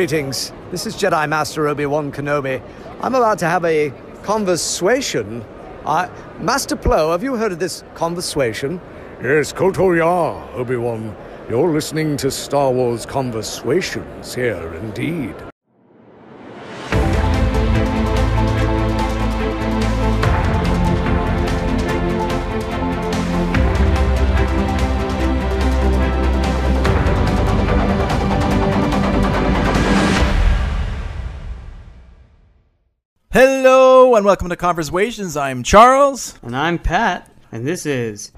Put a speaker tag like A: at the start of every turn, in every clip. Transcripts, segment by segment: A: Greetings. This is Jedi Master Obi Wan Kenobi. I'm about to have a conversation. I, Master Plo, have you heard of this conversation?
B: Yes, Kotor Ya, Obi Wan. You're listening to Star Wars Conversations here, indeed.
C: Hello and welcome to Conversations. I'm Charles.
D: And I'm Pat, and this is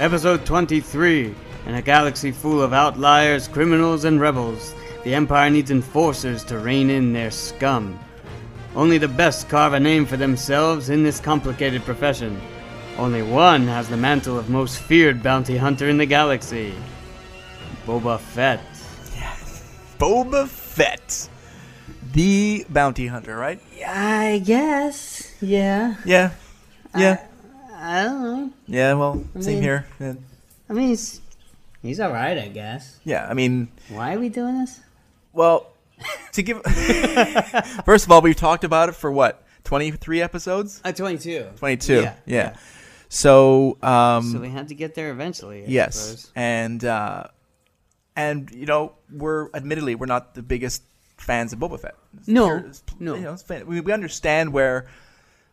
D: Episode 23 In a galaxy full of outliers, criminals, and rebels, the Empire needs enforcers to rein in their scum. Only the best carve a name for themselves in this complicated profession. Only one has the mantle of most feared bounty hunter in the galaxy Boba Fett.
C: Boba Fett, the bounty hunter, right?
D: I guess. Yeah.
C: Yeah, yeah,
D: I don't know.
C: yeah. Well, same
D: Uh, mean-
C: here. Yeah.
D: I mean, he's, he's alright, I guess.
C: Yeah, I mean,
D: Why are we doing this?
C: well, to give. First of all, we've talked about it for what twenty-three episodes,
D: Uh, 22.
C: twenty-two.
D: Yeah,
C: yeah. So, um,
D: So we had to get there eventually. I
C: yes,
D: suppose.
C: and uh, and you know, we're admittedly we're not the biggest fans of Boba Fett.
D: No,
C: Sure, it's-
D: no.
C: you know, it's fan- we, we understand where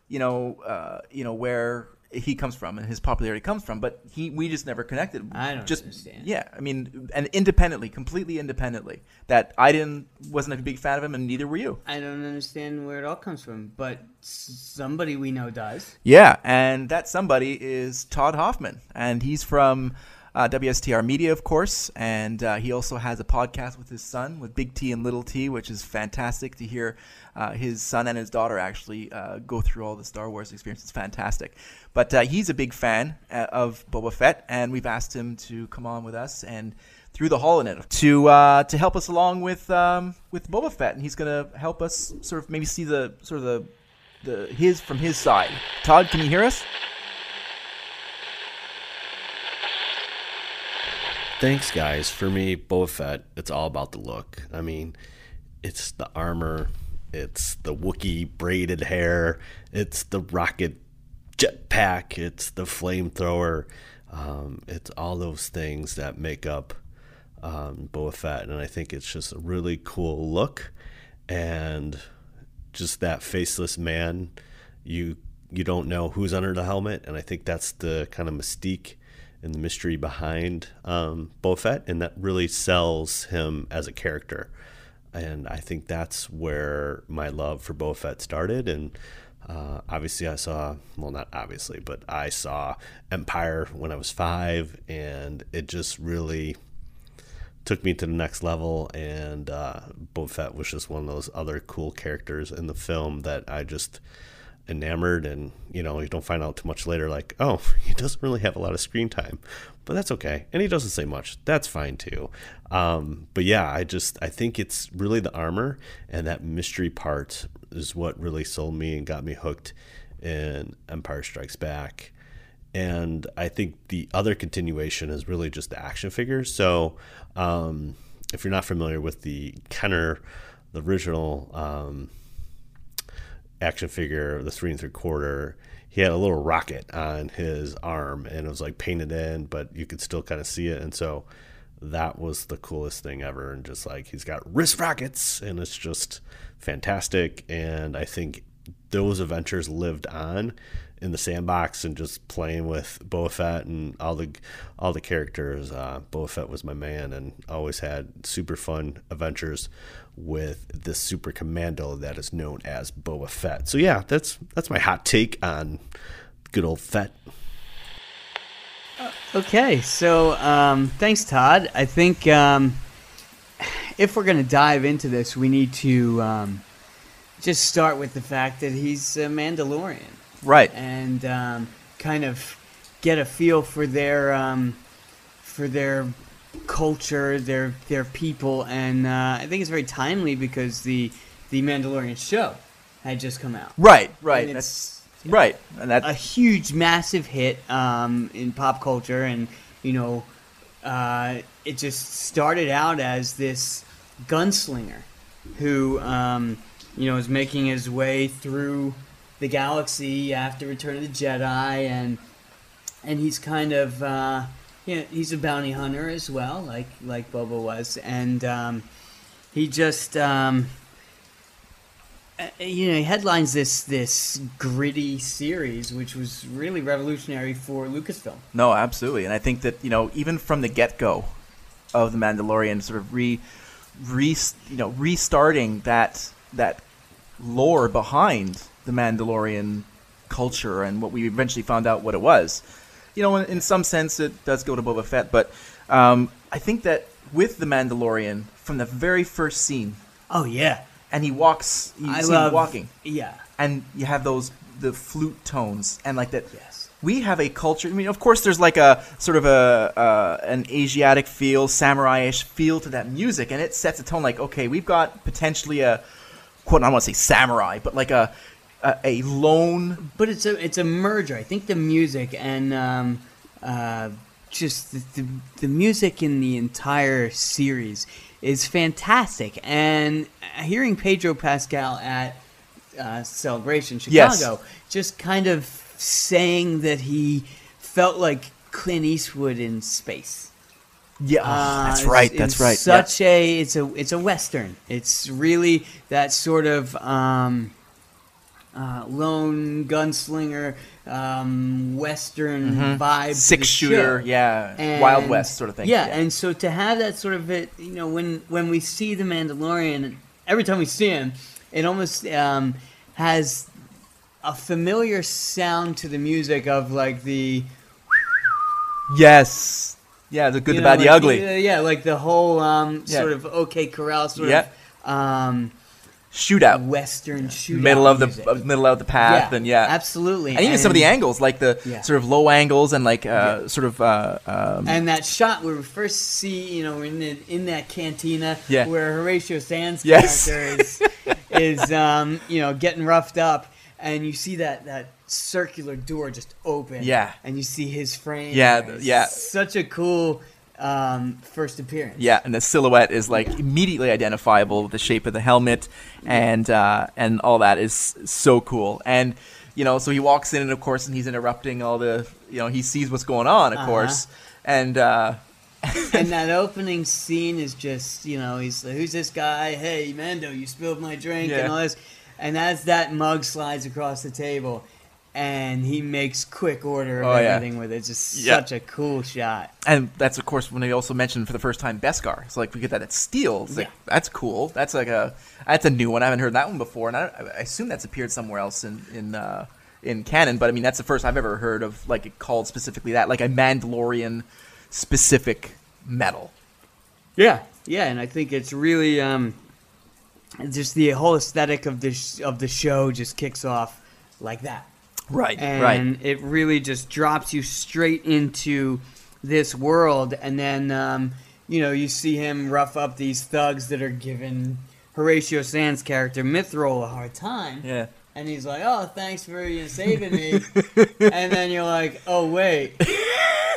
C: you know uh, you know where he comes from and his popularity comes from, but he we just never connected.
D: I don't
C: just,
D: understand.
C: Yeah, I mean, and independently, completely independently, that I didn't wasn't a big fan of him, and neither were you.
D: I don't understand where it all comes from, but s- somebody we know does.
C: Yeah, and that somebody is Todd Hoffman, and he's from uh, WSTR Media, of course, and uh, he also has a podcast with his son, with Big T and Little T, which is fantastic to hear uh, his son and his daughter actually uh, go through all the Star Wars experience. It's fantastic. But uh, he's a big fan uh, of Boba Fett, and we've asked him to come on with us and through the hall in it to uh, to help us along with um, with Boba Fett, and he's going to help us sort of maybe see the sort of the the his from his side. Todd, can you hear us?
E: Thanks, guys. For me, Boba Fett, it's all about the look. I mean, it's the armor, it's the Wookiee braided hair, it's the rocket jetpack, it's the flamethrower. Um, it's all those things that make up um, Boba Fett. And I think it's just a really cool look. And just that faceless man you you don't know who's under the helmet and i think that's the kind of mystique and the mystery behind um, Boba Fett, and that really sells him as a character and i think that's where my love for Boba Fett started and uh, obviously i saw well not obviously but i saw empire when i was five and it just really took me to the next level, and uh, Boba Fett was just one of those other cool characters in the film that I just enamored. And you know, you don't find out too much later, like, oh, he doesn't really have a lot of screen time, but that's okay, and he doesn't say much. That's fine too. Um, but yeah, I just I think it's really the armor and that mystery part is what really sold me and got me hooked in Empire Strikes Back and I think the other continuation is really just the action figures. So, um, if you're not familiar with the Kenner, the original um, action figure, the three and three quarter, he had a little rocket on his arm, and it was like painted in, but you could still kind of see it. And so, that was the coolest thing ever. And just like he's got wrist rockets, and it's just fantastic. And I think those adventures lived on in the sandbox and just playing with Boba Fett and all the all the characters. Uh, Boba Fett was my man and always had super fun adventures with the super commando that is known as Boba Fett. So yeah, that's that's my hot take on good old Fett.
D: Okay, so um, thanks, Todd. I think um, if we're going to dive into this, we need to um, just start with the fact that he's a Mandalorian.
C: Right.
D: and um, kind of get a feel for their um, for their culture, their their people, and uh, I think it's very timely because the the Mandalorian show had just come out.
C: Right, right.
D: And
C: That's
D: it's
C: right. And that
D: a huge, massive hit um, in pop culture, and you know, uh, it just started out as this gunslinger who um, you know is making his way through the galaxy after Return of the Jedi, and and he's kind of uh, yeah, he's a bounty hunter as well, like like Boba was, and um, he just um, uh, you know he headlines this this gritty series, which was really revolutionary for Lucasfilm.
C: No, absolutely. And I think that, you know, even from the get go of The Mandalorian, sort of re, re you know, restarting that that lore behind the Mandalorian culture and what we eventually found out what it was. You know, in, in some sense it does go to Boba Fett, but um, I think that with The Mandalorian, from the very first scene,
D: Oh yeah,
C: and he walks you
D: I
C: see
D: love
C: him walking.
D: Yeah,
C: and you have those the flute tones and like that.
D: Yes.
C: We have a culture. I mean, of course, there's like a sort of a uh, an Asiatic feel, samurai-ish feel to that music, and it sets a tone. Like, okay, we've got potentially a quote. I want to say samurai, but like a a, a lone.
D: but it's a it's a merger. I think the music and um, uh, just the, the the music in the entire series is fantastic. And hearing Pedro Pascal at uh, Celebration
C: Yes.
D: Chicago, just kind of saying that he felt like Clint Eastwood in space.
C: Yeah,
D: Uh,
C: oh, Ah, that's
D: it's-
C: right.
D: it's
C: That's right. yeah.
D: Such a it's a it's a western. It's really that sort of um, uh, lone gunslinger um, western vibe. to
C: Mm-hmm. six
D: the
C: shooter.
D: show.
C: Yeah,
D: And-
C: Wild West sort of thing.
D: Yeah, and so to have that sort of it, you know, when when we see the Mandalorian, every time we see him, it almost um, has a familiar sound to the music of like the
C: yes. Yeah, the good,
D: you
C: the
D: know,
C: bad, the
D: like,
C: ugly.
D: uh, Yeah, like the whole um,
C: Yeah.
D: sort of OK Corral sort
C: Yeah.
D: of um,
C: Shootout.
D: Western shootout.
C: Middle of the
D: music.
C: uh, middle of the path, and yeah,
D: absolutely.
C: and even some of the angles, like the
D: Yeah.
C: sort of low angles and like uh, sort of uh, um,
D: And that shot where we first see, you know, in the, in that cantina
C: Yeah.
D: where Horatio Sands
C: Yes.
D: character is, is um, you know, getting roughed up, and you see that that circular door just open.
C: Yeah.
D: And you see his frame.
C: Yeah,
D: there.
C: th-
D: It's
C: yeah.
D: Such a cool um, first appearance.
C: yeah, and the silhouette is like immediately identifiable with the shape of the helmet, and uh, and all that is so cool. And you know, so he walks in, and of course, and he's interrupting all the you know he sees what's going on, of
D: Uh-huh.
C: course, and uh,
D: and that opening scene is just you know he's like, who's this guy hey mando you spilled my drink
C: Yeah.
D: and all this and as that mug slides across the table and he makes quick order of
C: Oh, yeah.
D: everything with it just
C: Yeah.
D: such a cool shot
C: and that's of course when they also mentioned for the first time Beskar. So like we get that at Steel. It's like
D: Yeah.
C: that's cool. That's like a that's a new one. I haven't heard that one before, and I, I assume that's appeared somewhere else in in uh, in canon. But I mean that's the first I've ever heard of like it called specifically that like a Mandalorian specific metal.
D: yeah yeah and i think it's really um just the whole aesthetic of the sh- of the show just kicks off like that
C: Right.
D: and
C: right.
D: it really just drops you straight into this world and then um, you know you see him rough up these thugs that are giving horatio sands character mithril a hard time
C: Yeah.
D: and he's like oh thanks for you know, saving me and then you're like oh wait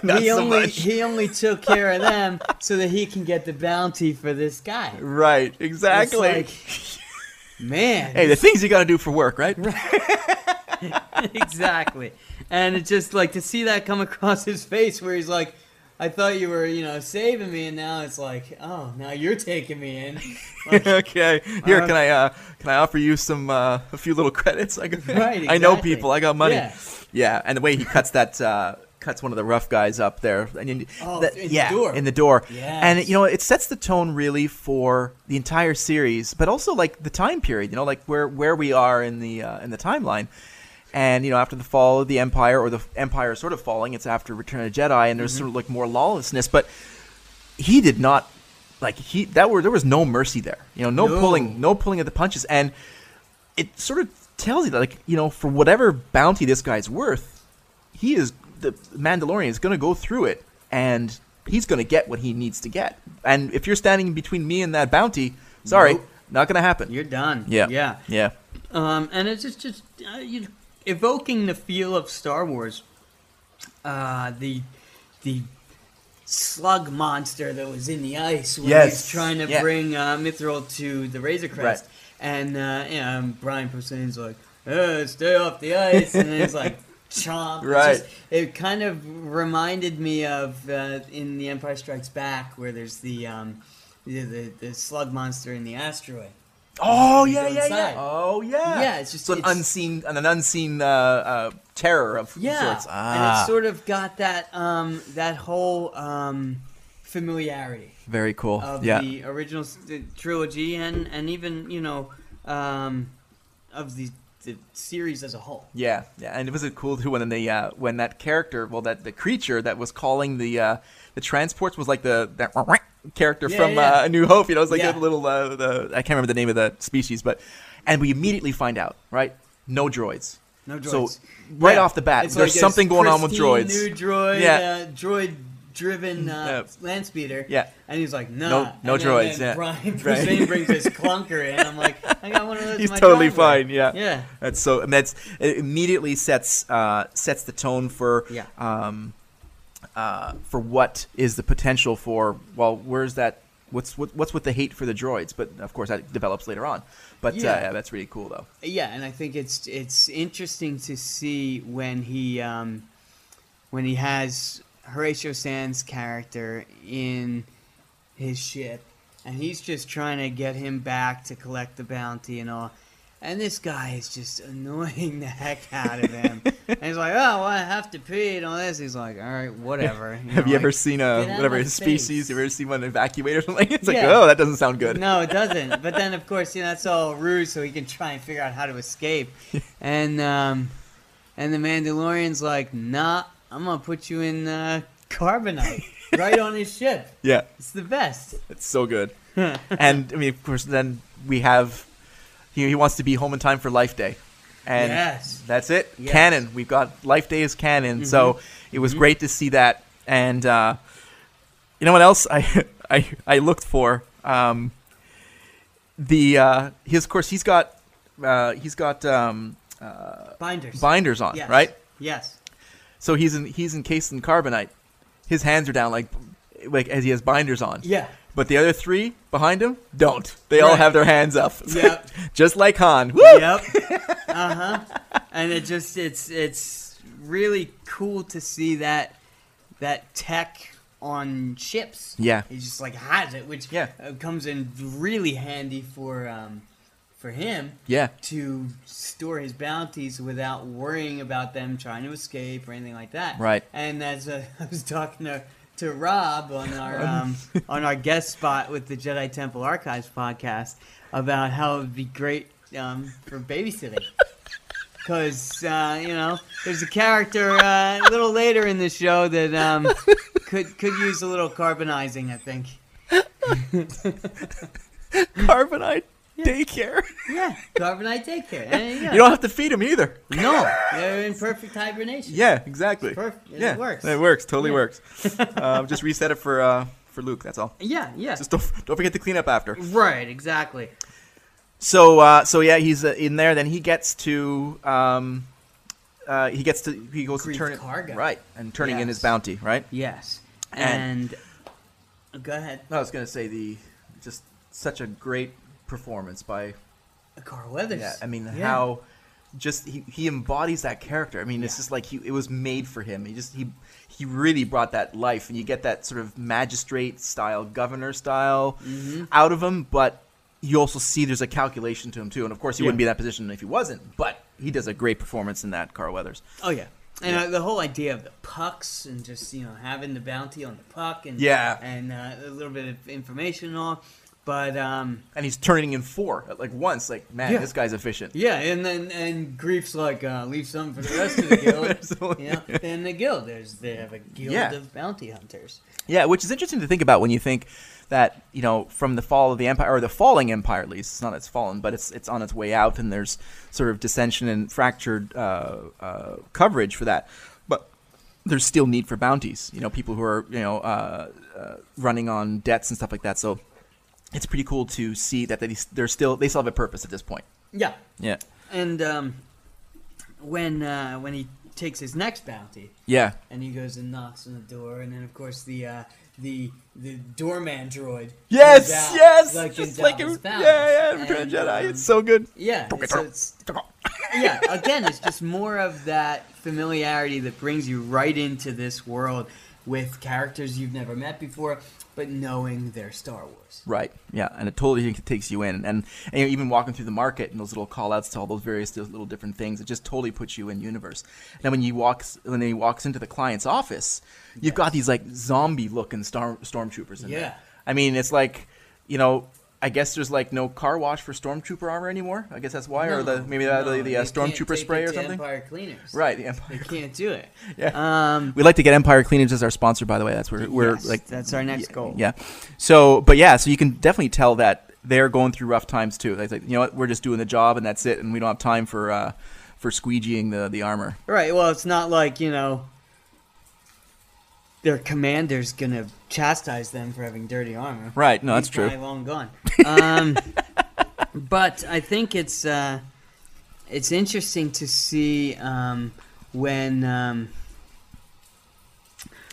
C: Not
D: he
C: so
D: only
C: much.
D: he only took care of them so that he can get the bounty for this guy It's
C: Right. Exactly.
D: like, man
C: hey, the things you got to do for work, right?
D: exactly. And it's just like to see that come across his face where he's like, I thought you were, you know, saving me, and now it's like, oh, now you're taking me in.
C: okay. Here,
D: Uh,
C: can I uh, can I offer you some uh, a few little credits? I, got,
D: Right,
C: I know
D: exactly.
C: people. I got money.
D: Yeah.
C: Yeah. and the way he cuts that uh, cuts one of the rough guys up there, and you-
D: Oh,
C: that-
D: in the
C: yeah,
D: door.
C: in the door. And
D: Yes.
C: you know, it sets the tone really for the entire series, but also like the time period. You know, like where where we are in the uh, in the timeline. And you know, after the fall of the empire, or the empire sort of falling, it's after Return of the Jedi, and there's
D: Mm-hmm.
C: sort of like more lawlessness. But he did not like he that were there was no mercy there. You know, no,
D: No.
C: pulling, no pulling of the punches, and it sort of tells you that like you know for whatever bounty this guy's worth, he is the Mandalorian is going to go through it and he's going to get what he needs to get. And if you're standing between me and that bounty, sorry,
D: Nope.
C: not going to happen.
D: You're done.
C: yeah,
D: Yeah.
C: yeah.
D: Um, and it's just, just uh, you evoking the feel of Star Wars. Uh, the the slug monster that was in the ice when
C: Yes,
D: he's trying to
C: yeah.
D: bring uh, Mithril to the Razor Crest.
C: Right.
D: And uh, yeah, um, Brian Posehn's like, "Uh, stay off the ice. And then he's like, chomp. It's
C: Right.
D: just- it kind of reminded me of uh, in The Empire Strikes Back where there's the, um, the, the, the slug monster in the asteroid.
C: Oh
D: You
C: yeah,
D: go
C: yeah, yeah.
D: inside.
C: Oh yeah.
D: Yeah, it's just-
C: so an
D: it's-
C: unseen, an unseen uh, uh, terror of
D: Yeah,
C: sorts.
D: and
C: Ah,
D: it's sort of got that um, that whole um, familiarity
C: very cool.
D: of
C: yeah,
D: the original s- the trilogy, and and even you know um, of the the series as a whole.
C: yeah, yeah. And it was cool too when the uh, when that character, well, that the creature that was calling the uh, the transports was like the that character
D: Yeah,
C: from
D: yeah.
C: Uh, A New Hope. You know, it's like
D: Yeah.
C: that little uh, the I can't remember the name of the species, but and we immediately find out right, no droids.
D: No droids.
C: So right
D: Yeah,
C: off the bat,
D: it's
C: there's
D: like a
C: something going on with
D: pristine
C: droids.
D: New droid,
C: Yeah.
D: uh, droid driven uh,
C: Yeah.
D: land speeder.
C: Yeah.
D: and he's like, nah.
C: No- no
D: and then-
C: droids,
D: Then
C: yeah.
D: Brian
C: Right.
D: Posehn brings his clunker in. I'm like, I got one of those. in
C: He's
D: my
C: totally
D: driveway.
C: fine. Yeah.
D: Yeah.
C: That's so. And that's it immediately sets uh, sets the tone for
D: Yeah.
C: um, uh, for what is the potential for well, where's that? What's what, what's with the hate for the droids? But of course, that develops later on. But yeah, uh,
D: Yeah.
C: yeah that's really cool though.
D: Yeah, and I think it's it's interesting to see when he um, when he has Horatio Sands' character in his ship, and he's just trying to get him back to collect the bounty and all. And this guy is just annoying the heck out of him. and he's like, "Oh, well, I have to pee and all this." He's like, "All right, whatever."
C: Have you
D: know,
C: ever
D: like-
C: seen
D: get
C: a
D: out of
C: whatever
D: my
C: species?
D: face.
C: You ever seen one evacuate or something? It's like,
D: Yeah.
C: oh, that doesn't sound good.
D: No, it doesn't. But then, of course, you know that's all a ruse so he can try and figure out how to escape. And um, and the Mandalorian's like, "Nah, I'm gonna put you in uh, carbonite right on his ship.
C: Yeah.
D: It's the best."
C: It's so good. and I mean, of course, then we have he, he wants to be home in time for Life Day, and
D: Yes.
C: that's it.
D: Yes. Mm-hmm.
C: Canon. We've got Life Day is canon. So it was great to see that. And uh, you know what else I I I looked for um, the uh, his of course he's got uh, he's got um,
D: Binders.
C: binders on
D: Yes.
C: right.
D: Yes.
C: So he's in he's encased in carbonite. His hands are down like like as he has binders on.
D: Yeah.
C: But the other three behind him don't. They all
D: Right.
C: have their hands up.
D: Yep.
C: Just like Han. Woo!
D: yep. Uh huh. And it just it's it's really cool to see that that tech on ships.
C: Yeah.
D: he just like has it, which
C: Yeah.
D: uh, comes in really handy for um for him
C: Yeah.
D: to store his bounties without worrying about them trying to escape or anything like that.
C: Right.
D: And as uh, I was talking to to Rob on our um, on our guest spot with the Jedi Temple Archives podcast about how it would be great um, for babysitting. Because, uh, you know, there's a character uh, a little later in the show that um, could could use a little carbonizing, I think.
C: Carbonite daycare.
D: Yeah, carbonite daycare. And, yeah.
C: You don't have to feed him either.
D: no, they're in perfect hibernation.
C: Yeah, exactly.
D: Perfect. It
C: Yeah,
D: works.
C: It works. Totally
D: Yeah.
C: works. uh, just reset it for uh, for Luke. That's all.
D: Yeah, yeah.
C: Just don't, don't forget to clean up after.
D: right, exactly.
C: So uh, so yeah, he's uh, in there. Then he gets to um, uh, he gets to he goes
D: Grief
C: to turn
D: cargo.
C: it right and turning in his
D: Yes.
C: bounty right.
D: Yes.
C: And-
D: And, go ahead.
C: I was gonna say the just such a great performance by
D: Carl Weathers.
C: Yeah, I mean
D: Yeah.
C: how just he, he embodies that character. I mean, it's just like he it was made for him. He just he he really brought that life, and you get that sort of magistrate style, governor style
D: Mm-hmm.
C: out of him. But you also see there's a calculation to him too, and of course he wouldn't be in that position if he wasn't. But he does a great performance in that, Carl Weathers.
D: Oh yeah. And uh, the whole idea of the pucks and just you know having the bounty on the puck and
C: Yeah.
D: and uh, a little bit of information and all, but um
C: And he's turning in four at like once. Like man,
D: Yeah.
C: this guy's efficient.
D: yeah, and then and grief's like uh, leave some for the rest of the
C: There's
D: guild.
C: only-
D: you know, then the guild there's they have a guild
C: Yeah.
D: of bounty hunters.
C: Yeah, which is interesting to think about when you think that you know from the fall of the empire or the falling empire at least it's not that it's fallen but it's it's on its way out and there's sort of dissension and fractured uh, uh, coverage for that but there's still need for bounties you know people who are you know uh, uh, running on debts and stuff like that so it's pretty cool to see that they, they're still they still have a purpose at this point
D: Yeah,
C: yeah
D: and um, when uh, when he takes his next bounty.
C: Yeah.
D: And he goes and knocks on the door, and then of course the uh, the the doorman droid.
C: Yes,
D: comes out,
C: yes.
D: like in
C: just like in,
D: Dallas
C: yeah,
D: Bowers.
C: yeah, in Return of
D: And,
C: the Jedi.
D: um,
C: it's so good.
D: yeah, so it's, yeah. Again, it's just more of that familiarity that brings you right into this world with characters you've never met before, but knowing they're Star Wars.
C: Right. Yeah, and it totally takes you in, and, and even walking through the market and those little call-outs to all those various di- little different things, it just totally puts you in universe. And then when you walks when he walks into the client's office, you've got these like zombie-looking storm stormtroopers in
D: Yeah.
C: there. I mean, it's like, you know, I guess there's like no car wash for stormtrooper armor anymore. I guess that's why, or the
D: No,
C: maybe the,
D: no,
C: the, the
D: they
C: uh,
D: can't
C: stormtrooper
D: take
C: spray
D: it
C: or
D: to
C: something.
D: Empire cleaners.
C: Right. The
D: They
C: Empire.
D: can't do it.
C: Yeah.
D: Um,
C: We'd like to get Empire Cleaners as our sponsor, by the way. That's where we're
D: Yes,
C: like.
D: that's our next
C: yeah,
D: goal.
C: Yeah. So, but yeah, so you can definitely tell that they're going through rough times too. Like, like you know what, we're just doing the job and that's it, and we don't have time for uh, for squeegeeing the the armor.
D: Right. Well, it's not like you know their commander's gonna chastise them for having dirty armor.
C: Right. No, that's
D: He's
C: true.
D: probably Long gone. Um, but I think it's uh, it's interesting to see um, when um,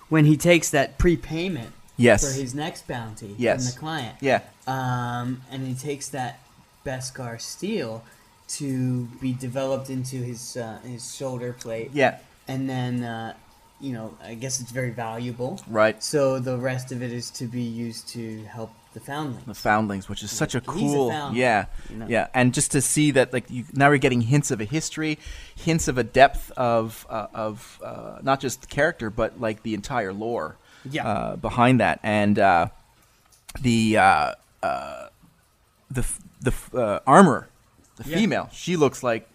D: when he takes that prepayment for
C: Yes.
D: his next bounty
C: Yes.
D: from the client.
C: Yeah.
D: Um, and he takes that Beskar steel to be developed into his uh, his shoulder plate.
C: Yeah.
D: And then, uh, you know, I guess it's very valuable.
C: Right.
D: So the rest of it is to be used to help the
C: The
D: foundlings.
C: Foundlings, which is such a
D: He's a
C: cool,
D: foundling,
C: yeah,
D: you know.
C: yeah, and just to see that, like, you, now we're getting hints of a history, hints of a depth of uh, of uh, not just the character, but like the entire lore,
D: Yeah.
C: uh, behind that, and uh, the uh, uh, the f- the f- uh, armor, the
D: Yeah.
C: female, she looks like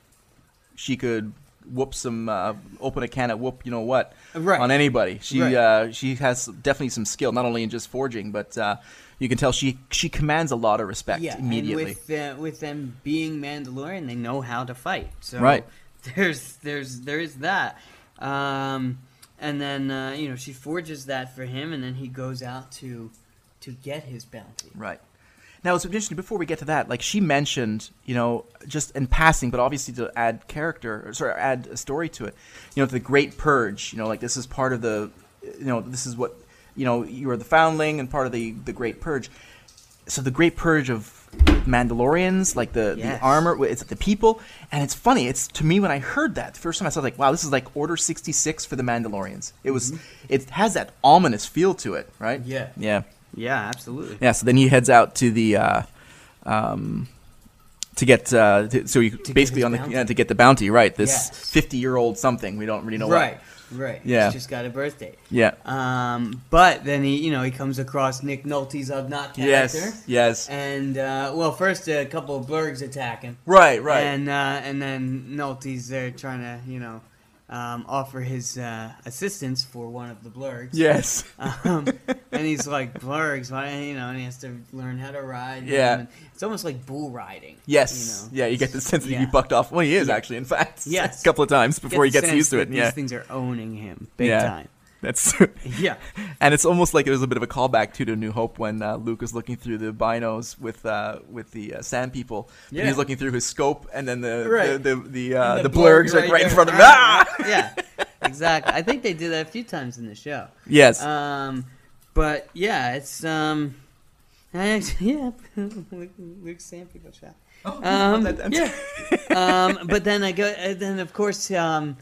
C: she could whoop some, uh, open a can of whoop, you know what,
D: Right.
C: on anybody. She
D: Right.
C: uh, she has definitely some skill, not only in just forging, but uh, you can tell she she commands a lot of respect
D: yeah.
C: immediately.
D: And with, uh, with them being Mandalorian, they know how to fight. So
C: Right.
D: There's there's there is that. Um, and then uh, you know she forges that for him, and then he goes out to to get his bounty.
C: Right. Now it's interesting. Before we get to that, like she mentioned, you know, just in passing, but obviously to add character, or sorry, add a story to it. You know, the Great Purge. You know, like this is part of the, you know, this is what, you know, you are the foundling and part of the the Great Purge. So the Great Purge of Mandalorians, like the
D: Yes.
C: the armor, it's the people, and it's funny. It's to me when I heard that the first time, I was like, wow, this is like Order sixty six for the Mandalorians. It was, it has that ominous feel to it, right?
D: Mm-hmm. Yeah.
C: Yeah.
D: Yeah, absolutely.
C: Yeah, so then he heads out to the uh, um, to get uh, to, so he
D: get
C: basically
D: his
C: on the
D: bounty.
C: yeah, to get the bounty right. This
D: Yes.
C: fifty year old something we don't really know. what.
D: right, right.
C: Yeah.
D: He's just got a birthday.
C: Yeah.
D: Um, but then he, you know, he comes across Nick Nolte's Obnot character.
C: Yes. Yes.
D: And uh, well, first a couple of blurgs attack him,
C: Right. Right.
D: and uh, and then Nolte's there trying to, you know, um, offer his uh, assistance for one of the blurgs.
C: yes.
D: Um, and he's like blurgs, why, you know, and he has to learn how to ride.
C: Yeah.
D: them, and it's almost like bull riding.
C: Yes.
D: You know?
C: yeah. You get the sense that he
D: yeah.
C: bucked off. Well, he is actually, in fact.
D: Yes.
C: A couple of times before he
D: Get the
C: gets
D: sense
C: used to
D: that
C: it.
D: These
C: Yeah.
D: things are owning him big
C: yeah.
D: time.
C: That's.
D: Yeah.
C: And it's almost like it was a bit of a callback too to New Hope when uh, Luke was looking through the binos with uh, with the uh, sand people. But
D: Yeah.
C: He's looking through his scope, and then the
D: Right.
C: the the, the, uh,
D: And
C: the, blurgs
D: blurb
C: like right in
D: there.
C: front of him. Ah!
D: Yeah, exactly. I think they did that a few times in the show.
C: Yes.
D: Um, but yeah, it's um, I, yeah, Luke, Luke Sanford shot.
C: Oh,
D: Um, yeah. um, but then I go, and then of course, um,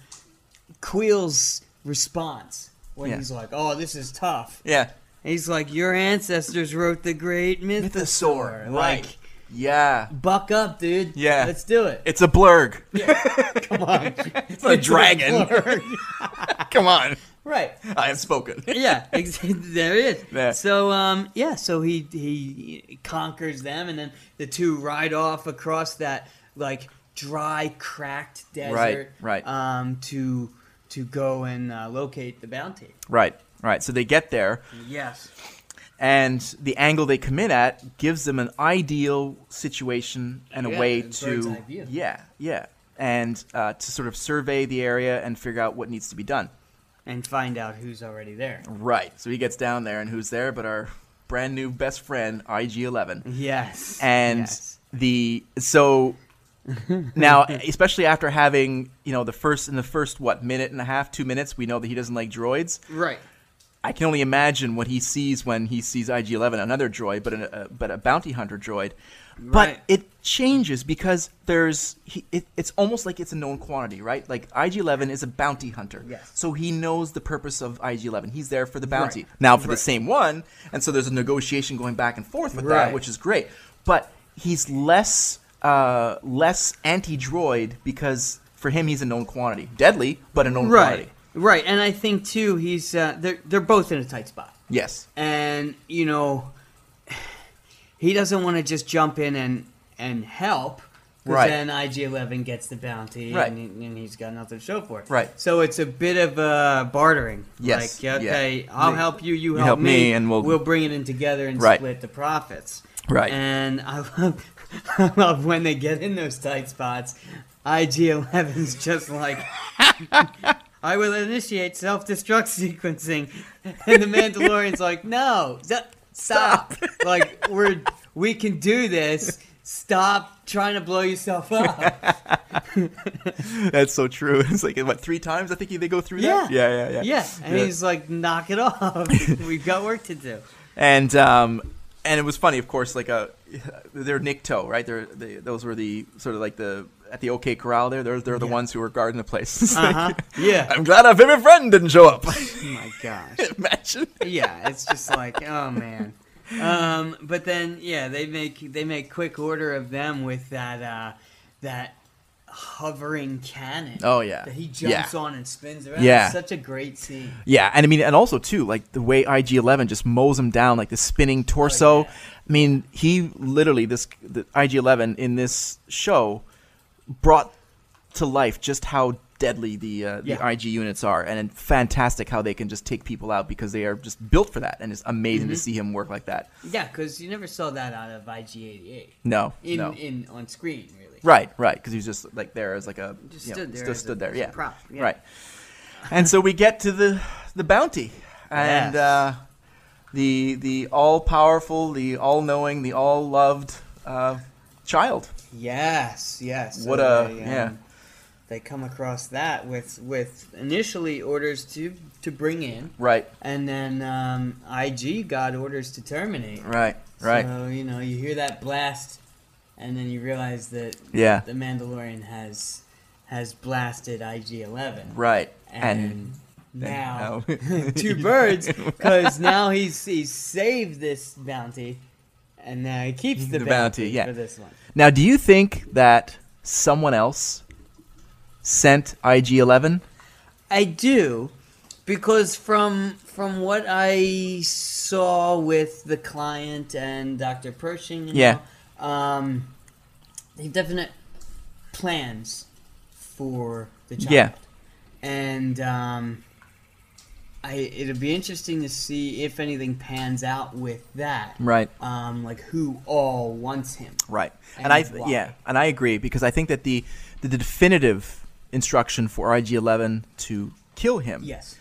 D: Quill's response when
C: Yeah.
D: he's like, "Oh, this is tough."
C: yeah.
D: He's like, "Your ancestors wrote the great mythosaur."
C: Mythosaur,
D: Like,
C: right. Yeah.
D: buck up, dude.
C: Yeah.
D: let's do it.
C: It's a blurg.
D: Come on,
C: It's not a dragon. Come on.
D: right.
C: I have spoken.
D: yeah, ex- there it is.
C: Yeah.
D: So um, yeah, so he he conquers them, and then the two ride off across that like dry, cracked desert,
C: right.
D: Um, to to go and uh, locate the bounty.
C: Right. Right. So they get there.
D: Yes.
C: and the angle they come in at gives them an ideal situation and a
D: Yeah,
C: way
D: a bird's
C: to
D: eye view.
C: yeah yeah and uh, to sort of survey the area and figure out what needs to be done
D: And find out who's already there.
C: right so he gets down there and who's there but our brand new best friend ig11
D: Mm-hmm. Yes.
C: and
D: yes.
C: the so now, especially after having you know the first in the first what minute and a half, two minutes, we know that he doesn't like droids.
D: Right.
C: I can only imagine what he sees when he sees IG-11, another droid, but an, uh, but a bounty hunter droid. But
D: Right.
C: it changes because there's he, it, it's almost like it's a known quantity, right? Like IG-11 is a bounty hunter,
D: Yes.
C: so he knows the purpose of IG-11. He's there for the bounty.
D: Right.
C: Now for the
D: Right.
C: same one, and so there's a negotiation going back and forth with
D: Right.
C: that, which is great. But he's less uh, less anti-droid because for him he's a known quantity, deadly but a known
D: Right.
C: quantity.
D: Right. And I think too, he's uh, they're they're both in a tight spot.
C: Yes.
D: and you know he doesn't want to just jump in and and help 'cause
C: Right.
D: then ig-11 gets the bounty
C: Right.
D: and, he, and he's got nothing to show for it
C: Right.
D: so it's a bit of a bartering
C: Yes,
D: like
C: yeah.
D: okay i'll help you you help,
C: help
D: me,
C: me, and we'll-
D: bring it in together and
C: Right.
D: split the profits
C: Right.
D: and i love i love when they get in those tight spots ig-11's just like I will initiate self destruct sequencing. And the Mandalorian's like, no, z- stop. like, we're, we can do this. Stop trying to blow yourself up.
C: That's so true. It's like what three times I think they go through that.
D: Yeah.
C: yeah, yeah,
D: Yeah. And he's like, knock it off. We've got work to do.
C: and um, and it was funny, of course. Like uh they're Nikto, right? They're they, those were the sort of like the at the OK Corral there. They're they're the ones who were guarding the place. It's like,
D: Uh-huh. Yeah.
C: I'm glad our favorite friend didn't show up.
D: Oh my gosh.
C: Imagine.
D: Yeah, it's just like, oh man. Um, but then yeah, they make they make quick order of them with that uh, that hovering cannon.
C: Oh, yeah.
D: that he jumps
C: Yeah.
D: on and spins around.
C: Yeah.
D: It's such a great scene.
C: Yeah, and I mean, and also too, like the way IG Eleven just mows him down, like the
D: Oh,
C: spinning torso. I mean, he literally this the IG Eleven in this show brought to life just how deadly the uh, the
D: Yeah.
C: IG units are, and, and fantastic how they can just take people out because they are just built for that, and it's amazing
D: Mm-hmm.
C: to see him work like that.
D: Yeah, because you never saw that out of IG88
C: No,
D: in
C: no,
D: in on screen really.
C: right, right, because he's just like there as like a
D: Just
C: you know,
D: stood there
C: still
D: as a-
C: stood there,
D: as a
C: yeah,
D: prop, yeah.
C: right. And so we get to the the bounty, and.
D: Yes.
C: Uh, the the all powerful, the all knowing, the all loved uh, child.
D: Yes, yes.
C: What a-
D: they, um,
C: yeah.
D: They come across that with with initially orders to to bring in,
C: Right,
D: and then um, IG got orders to terminate.
C: right, right.
D: So you know, you hear that blast, and then you realize that
C: yeah,
D: the Mandalorian has has blasted IG Eleven,
C: right.
D: and,
C: And,
D: now
C: now-
D: two birds, because now he's he's saved this bounty, and now he keeps the,
C: The
D: bounty,
C: bounty, yeah.
D: for this one.
C: now, do you think that someone else sent IG Eleven?
D: I do, because from from what I saw with the client and Dr. Pershing, and
C: Yeah.
D: all, um, they have definite plans for the child.
C: Yeah.
D: and um, I it'll be interesting to see if anything pans out with that.
C: Right,
D: Um, like who all wants him.
C: right. And,
D: And
C: I
D: why?
C: yeah, and I agree because I think that the the, definitive instruction for IG Eleven to kill him
D: Yes.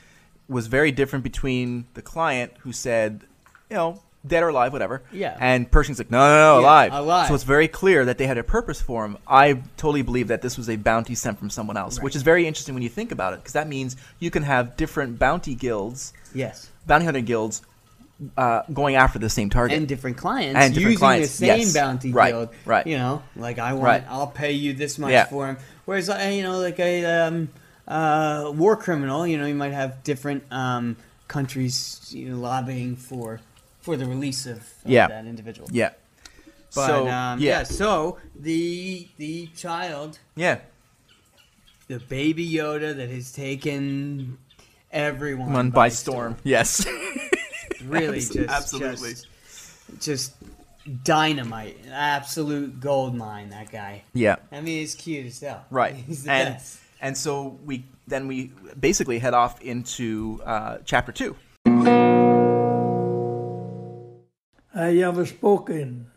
C: was very different between the client who said, you know, dead or alive, whatever.
D: Yeah.
C: And Pershing's like, no, no, no,
D: Yeah,
C: alive.
D: alive.
C: So it's very clear that they had a purpose for him. I totally believe that this was a bounty sent from someone else, which is very interesting when you think about it, because that means you can have different bounty guilds,
D: Yes.
C: bounty hunter guilds, uh, going after the same target.
D: and different clients
C: And different
D: using
C: clients,
D: the same
C: yes.
D: bounty
C: Right,
D: guild.
C: right.
D: You know, like I want,
C: Right.
D: I'll pay you this much
C: Yeah.
D: for him. Whereas, uh, you know, like a um, uh, war criminal, you know, you might have different um, countries you know, lobbying for for the release of, of
C: Yeah.
D: that individual.
C: yeah.
D: But,
C: so
D: um, yeah.
C: yeah,
D: So the the child,
C: yeah,
D: the baby Yoda that has taken everyone
C: one by storm. Yes.
D: really
C: Abs-
D: just
C: absolutely.
D: just, just dynamite an absolute gold mine that guy
C: yeah.
D: i mean he's cute as hell
C: Right.
D: he's the
C: and
D: best
C: and so we then we basically head off into uh, chapter two.
F: I have spoken.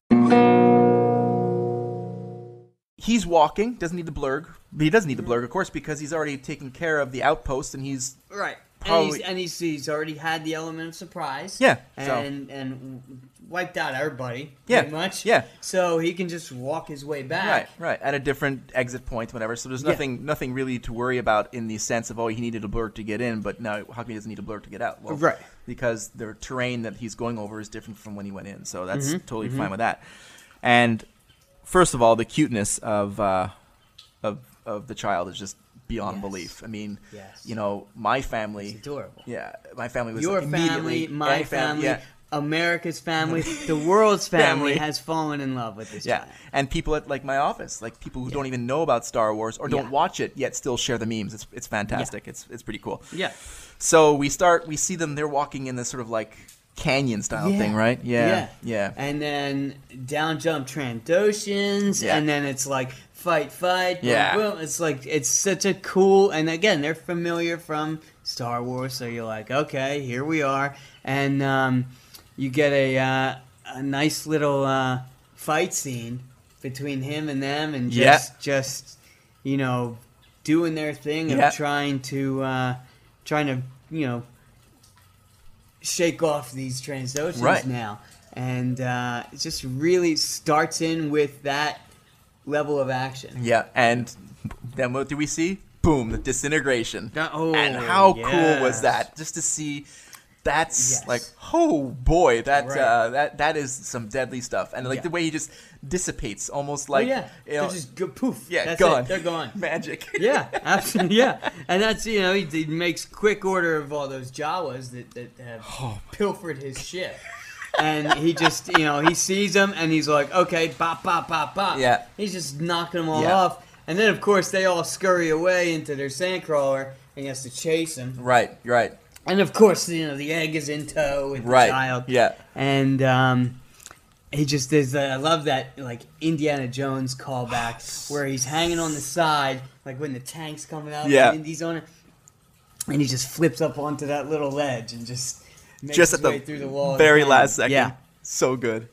C: he's Mm-hmm. walking, doesn't need the blurg. But he doesn't need the blurg, of course, because he's already taken care of the outpost and he's
D: right and, he's,
C: probably
D: and he's, he's already had the element of surprise.
C: Yeah, so-
D: And and wiped out everybody.
C: Yeah,
D: Pretty much.
C: yeah.
D: So he can just walk his way
C: right,
D: back.
C: right, at a different exit point, whatever. So there's nothing, nothing really to worry about in the sense of oh, he needed a blurb to get in, but now how come he doesn't need a blurb to get out? Well,
D: Right.
C: because the terrain that he's going over is different from when he went in. So
D: Mm-hmm,
C: that's totally fine with that. And first of all, the cuteness of uh, of of the child is just beyond
D: Yes.
C: belief. I mean,
D: Yes.
C: you know, my family,
D: Adorable.
C: yeah, my family was
D: Your
C: immediately-
D: family, my
C: any
D: family,
C: yeah.
D: America's family, the world's
C: Family.
D: family has fallen in love with this
C: Yeah,
D: guy.
C: and people at like my office, like people who don't even know about Star Wars or don't
D: Yeah.
C: watch it yet, still share the memes. It's it's fantastic. It's it's pretty cool.
D: Yeah.
C: So we start. We see them. They're walking in this sort of like canyon style thing, right? Yeah. Yeah.
D: And then down jump Trandoshans,
C: Yeah.
D: and then it's like fight, fight, boom,
C: Yeah.
D: boom. It's like it's such a cool. And again, they're familiar from Star Wars, so you're like, okay, here we are, and um, you get a uh, a nice little uh, fight scene between him and them, and
C: Yeah.
D: just just you know doing their thing
C: Yeah.
D: of trying to uh, trying to you know shake off these transdotions
C: Right.
D: now. And uh, it just really starts in with that level of action.
C: Yeah. And then what do we see? Boom! The disintegration.
D: Uh, oh,
C: and how cool was
D: yes.
C: that? Just to see. That's
D: Yes.
C: like, oh boy, that
D: Right.
C: uh, that that is some deadly stuff, and like
D: Yeah.
C: the way he just dissipates, almost
D: Oh,
C: like
D: yeah.
C: you
D: They're
C: know,
D: just go, poof.
C: yeah,
D: That's
C: gone,
D: It. They're gone.
C: magic,
D: yeah, absolutely. Yeah. And that's, you know, he, he makes quick order of all those Jawas that, that have
C: Oh,
D: pilfered his ship. And he just, you know, he sees them and he's like, okay, bop, bop, bop, bop.
C: Yeah.
D: He's just knocking them all
C: Yeah.
D: off. And then, of course, they all scurry away into their sandcrawler and he has to chase them.
C: Right, right,
D: And of course, you know, the egg is in tow with
C: right.
D: the child.
C: Yeah,
D: And um, he just is, uh, I love that, like, Indiana Jones callback where he's hanging on the side, like when the tank's coming out,
C: Yeah.
D: and Indy's on it. And he just flips up onto that little ledge and just makes
C: just
D: his
C: at the,
D: way through the wall.
C: very
D: again.
C: last second.
D: Yeah.
C: so good.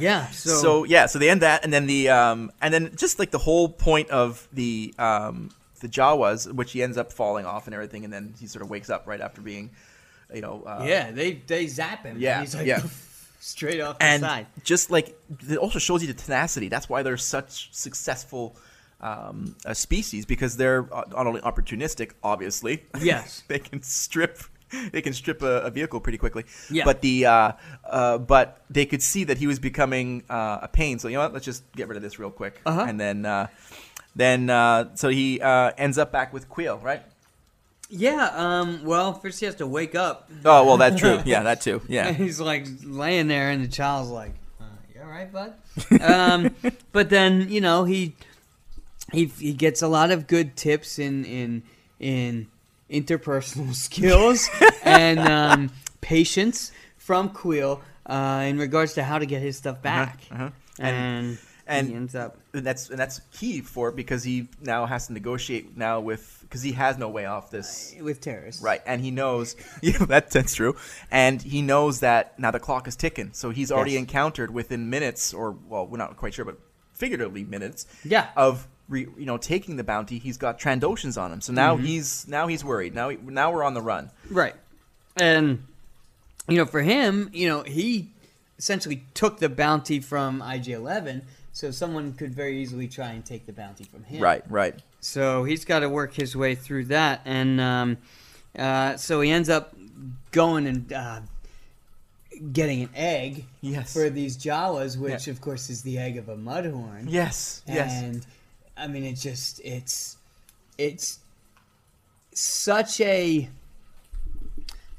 D: Yeah.
C: So,
D: So,
C: yeah, so they end that, and then the um, and then just like the whole point of the um, the Jawas, which he ends up falling off and everything, and then he sort of wakes up right after being, you know, uh,
D: yeah, they, they zap him.
C: Yeah,
D: And he's like,
C: yeah.
D: straight off the
C: and
D: side.
C: just like it also shows you the tenacity. That's why they're such successful um, a species because they're uh, not only opportunistic, obviously.
D: Yes.
C: they can strip. They can strip a, a vehicle pretty quickly.
D: Yeah.
C: But the uh, uh, but they could see that he was becoming uh, a pain. So you know what? Let's just get rid of this real quick.
D: Uh-huh.
C: And then uh, then uh, so he uh, ends up back with Quill, right?
D: Yeah. Um, well, first he has to wake up.
C: Oh well, that's true. yeah, that too.
D: And
C: Yeah.
D: he's like laying there, and the child's like, uh, "You all right, bud?" um, but then you know he he he gets a lot of good tips in in in interpersonal skills and um, patience from Quill uh, in regards to how to get his stuff back,
C: Uh-huh.
D: and
C: and-
D: he ends up
C: and that's and that's key for it because he now has to negotiate now with because he has no way off this
D: with terrorists.
C: right and he knows yeah that, that's true and he knows that now the clock is ticking so he's already
D: Yes.
C: encountered within minutes or well we're not quite sure but figuratively minutes
D: Yeah.
C: of re, you know taking the bounty he's got trandoshans on him so now
D: Mm-hmm.
C: he's now he's worried now he, now we're on the run
D: Right. And you know, for him, you know, he essentially took the bounty from IG11, so someone could very easily try and take the bounty from him.
C: right right
D: So he's got to work his way through that, and um, uh, so he ends up going and uh, getting an egg
C: Yes.
D: for these Jawas, which
C: Yeah.
D: of course is the egg of a mudhorn.
C: yes yes
D: And I mean, it just it's it's such a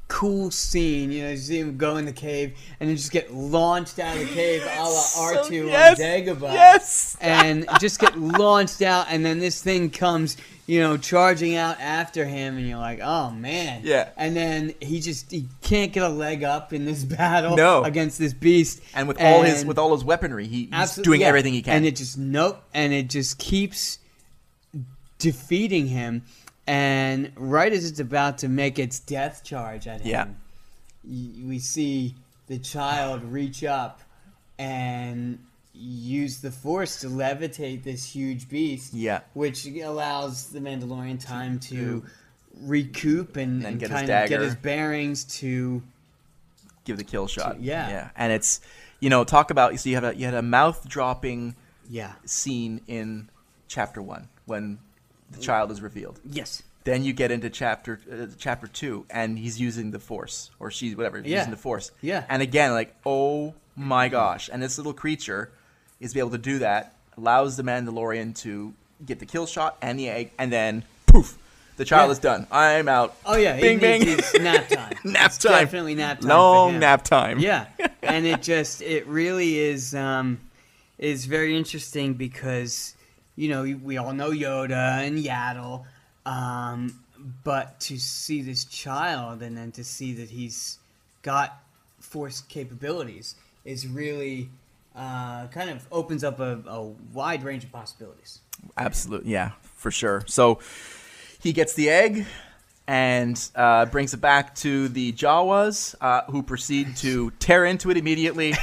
D: cool scene. You know, you see him go in the cave and then just get launched out of the cave, a la R two
C: yes,
D: on Dagobah.
C: yes.
D: And just get launched out, and then this thing comes, you know, charging out after him, and you're like, oh man.
C: Yeah.
D: And then he just he can't get a leg up in this battle
C: No.
D: against this beast.
C: and with all his
D: And-
C: with all his weaponry he, he's
D: Absol-
C: doing
D: yeah.
C: everything he can
D: And it just nope, and it just keeps defeating him. And right as it's about to make its death charge at him,
C: Yeah.
D: y- we see the child reach up and use the force to levitate this huge beast.
C: Yeah.
D: which allows the Mandalorian time to recoup and,
C: then
D: and
C: get his
D: kind of get
C: dagger.
D: his bearings to
C: give the kill shot.
D: yeah.
C: yeah. And it's you know talk about so you had a you had a mouth dropping
D: yeah
C: scene in chapter one when
D: Mm.
C: the child is revealed.
D: yes
C: Then you get into chapter uh, chapter two, and he's using the force, or she's whatever
D: Yeah.
C: using the force.
D: Yeah.
C: And again, like oh my gosh! And this little creature is able to do that, allows the Mandalorian to get the kill shot and the egg, and then poof, the child
D: Yeah.
C: is done. I'm out.
D: oh yeah
C: Bing
D: it needs-
C: bing.
D: it's nap time
C: nap
D: It's
C: time.
D: definitely nap time for
C: Long
D: him.
C: nap time.
D: yeah and it just it really is um is very interesting because you know we all know yoda and yaddle um but to see this child and then to see that he's got force capabilities is really uh, kind of opens up a, a wide range of possibilities
C: Absolutely, yeah, for sure. So he gets the egg and uh, brings it back to the Jawas, uh, who proceed to tear into it immediately.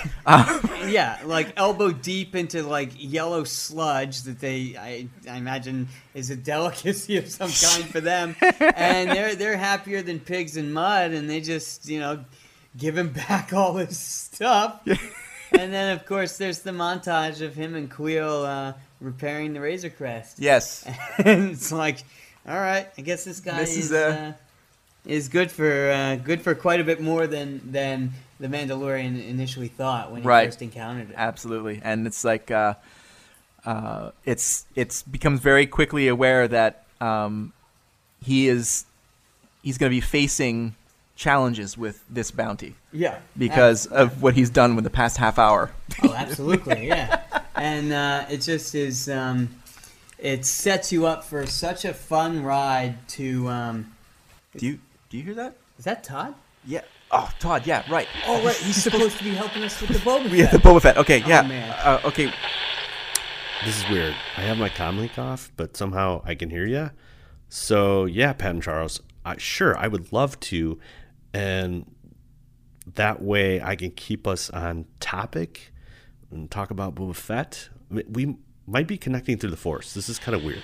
D: yeah like elbow deep into like yellow sludge that they I, I imagine is a delicacy of some kind for them and they're they're happier than pigs in mud and they just you know give him back all his stuff and then of course there's the montage of him and Queel uh, repairing the razor crest
C: yes,
D: and it's like all right i guess this guy
C: This
D: is,
C: is, uh,
D: uh, is good for uh, good for quite a bit more than than the mandalorian initially thought when he
C: Right.
D: first encountered it
C: absolutely, and it's like uh, uh, it's it's becomes very quickly aware that um, he is he's going to be facing challenges with this bounty
D: yeah
C: because of what he's done with the past half hour.
D: Oh, absolutely, yeah. And uh, it just is. Um, it sets you up for such a fun ride to. Um,
C: Do you do you hear that?
D: is that Todd?
C: Yeah. Oh, Todd. Yeah. Right.
D: Oh, right. He's supposed to be helping us with the Boba
C: Yeah, the
D: Fett.
C: Boba Fett. Okay, yeah.
D: Oh, man.
C: Uh, okay,
E: This is weird. I have my comlink off, but somehow I can hear you. So yeah, Pat and Charles. I, sure, I would love to, and that way I can keep us on topic and talk about Boba Fett. We- We might be connecting through the Force. This is kind of weird.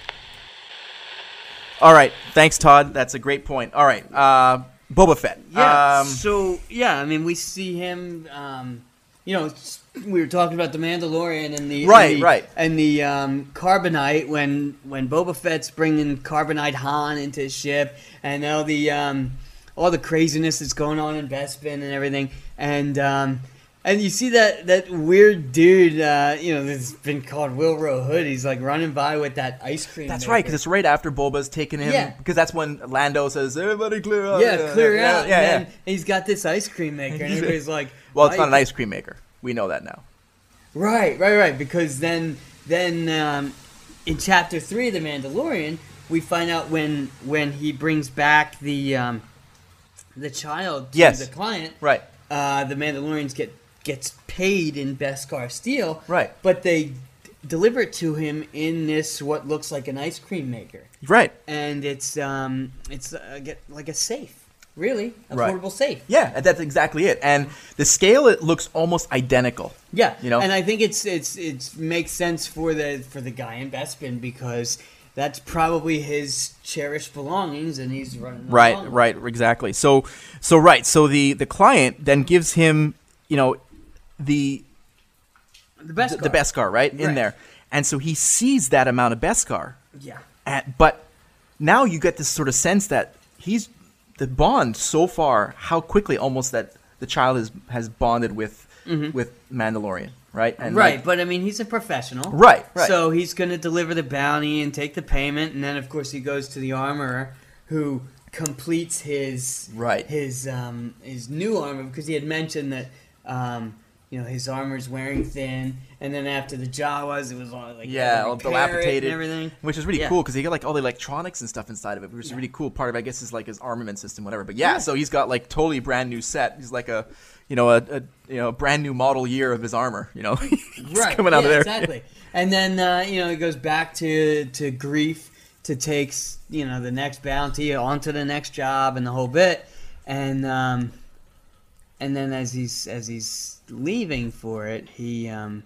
C: all right. Thanks, Todd. That's a great point. All right, uh, Boba Fett.
D: Yeah.
C: Um,
D: so yeah, I mean, we see him. Um, you know, s- we were talking about the Mandalorian and the
C: Right,
D: and the,
C: right.
D: and the um, carbonite when when Boba Fett's bringing carbonite Han into his ship, and all the um, all the craziness that's going on in Bespin and everything, and um, and you see that that weird dude, uh, you know, that's been called Wilro Hood. He's like running by with that ice cream.
C: that's
D: maker.
C: right, because it's right after Boba's taken him.
D: Yeah.
C: Because that's when Lando says, "Everybody clear out."
D: yeah, clear
C: Oh, yeah,
D: out.
C: Yeah,
D: and
C: yeah.
D: then he's got this ice cream maker, and everybody's like,
C: Well, it's
D: "Why
C: not an ice cream maker. We know that now.
D: Right, right, right. Because then, then um, in chapter three of the Mandalorian, we find out when when he brings back the um, the child to
C: Yes.
D: the client.
C: Right.
D: Uh, the Mandalorians get gets paid in Beskar steel.
C: Right.
D: But they d- deliver it to him in this what looks like an ice cream maker,
C: Right.
D: and it's um it's uh, get, like a safe, really a
C: Right.
D: portable safe.
C: Yeah, and that's exactly it. And the scale it looks almost identical.
D: Yeah,
C: You know?
D: and I think it's it's it makes sense for the for the guy in Bespin because that's probably his cherished belongings, and he's running
C: Right,
D: along.
C: right, exactly. So, so right, so the the client then gives him, you know, the
D: The best,
C: the
D: guard.
C: Beskar, right? In
D: Right.
C: there. And so he sees that amount of Beskar.
D: Yeah,
C: At, but now you get this sort of sense that he's the bond so far, how quickly almost that the child is, has bonded with with Mandalorian, right? And
D: Mm-hmm. right.
C: like-
D: but I mean, he's a professional,
C: Right, right.
D: So he's going to deliver the bounty and take the payment, and then of course he goes to the armorer who completes his
C: Right.
D: his um his new armor because he had mentioned that um you know his armor's wearing thin. And then after the Jawas, it was all like
C: yeah, all
D: repair it and
C: dilapidated,
D: everything.
C: which is really
D: Yeah.
C: cool because he got like all the electronics and stuff inside of it, which is a really cool part of. it, I guess is like his armament system, whatever. But yeah, so he's got like totally brand new set. He's like a, you know, a, a you know, brand new model year of his armor. You know, He's coming out of
D: yeah,
C: there.
D: Exactly. And then uh, you know it goes back to to grief to take s- you know the next bounty onto the next job and the whole bit, and um, and then as he's as he's leaving for it, he um,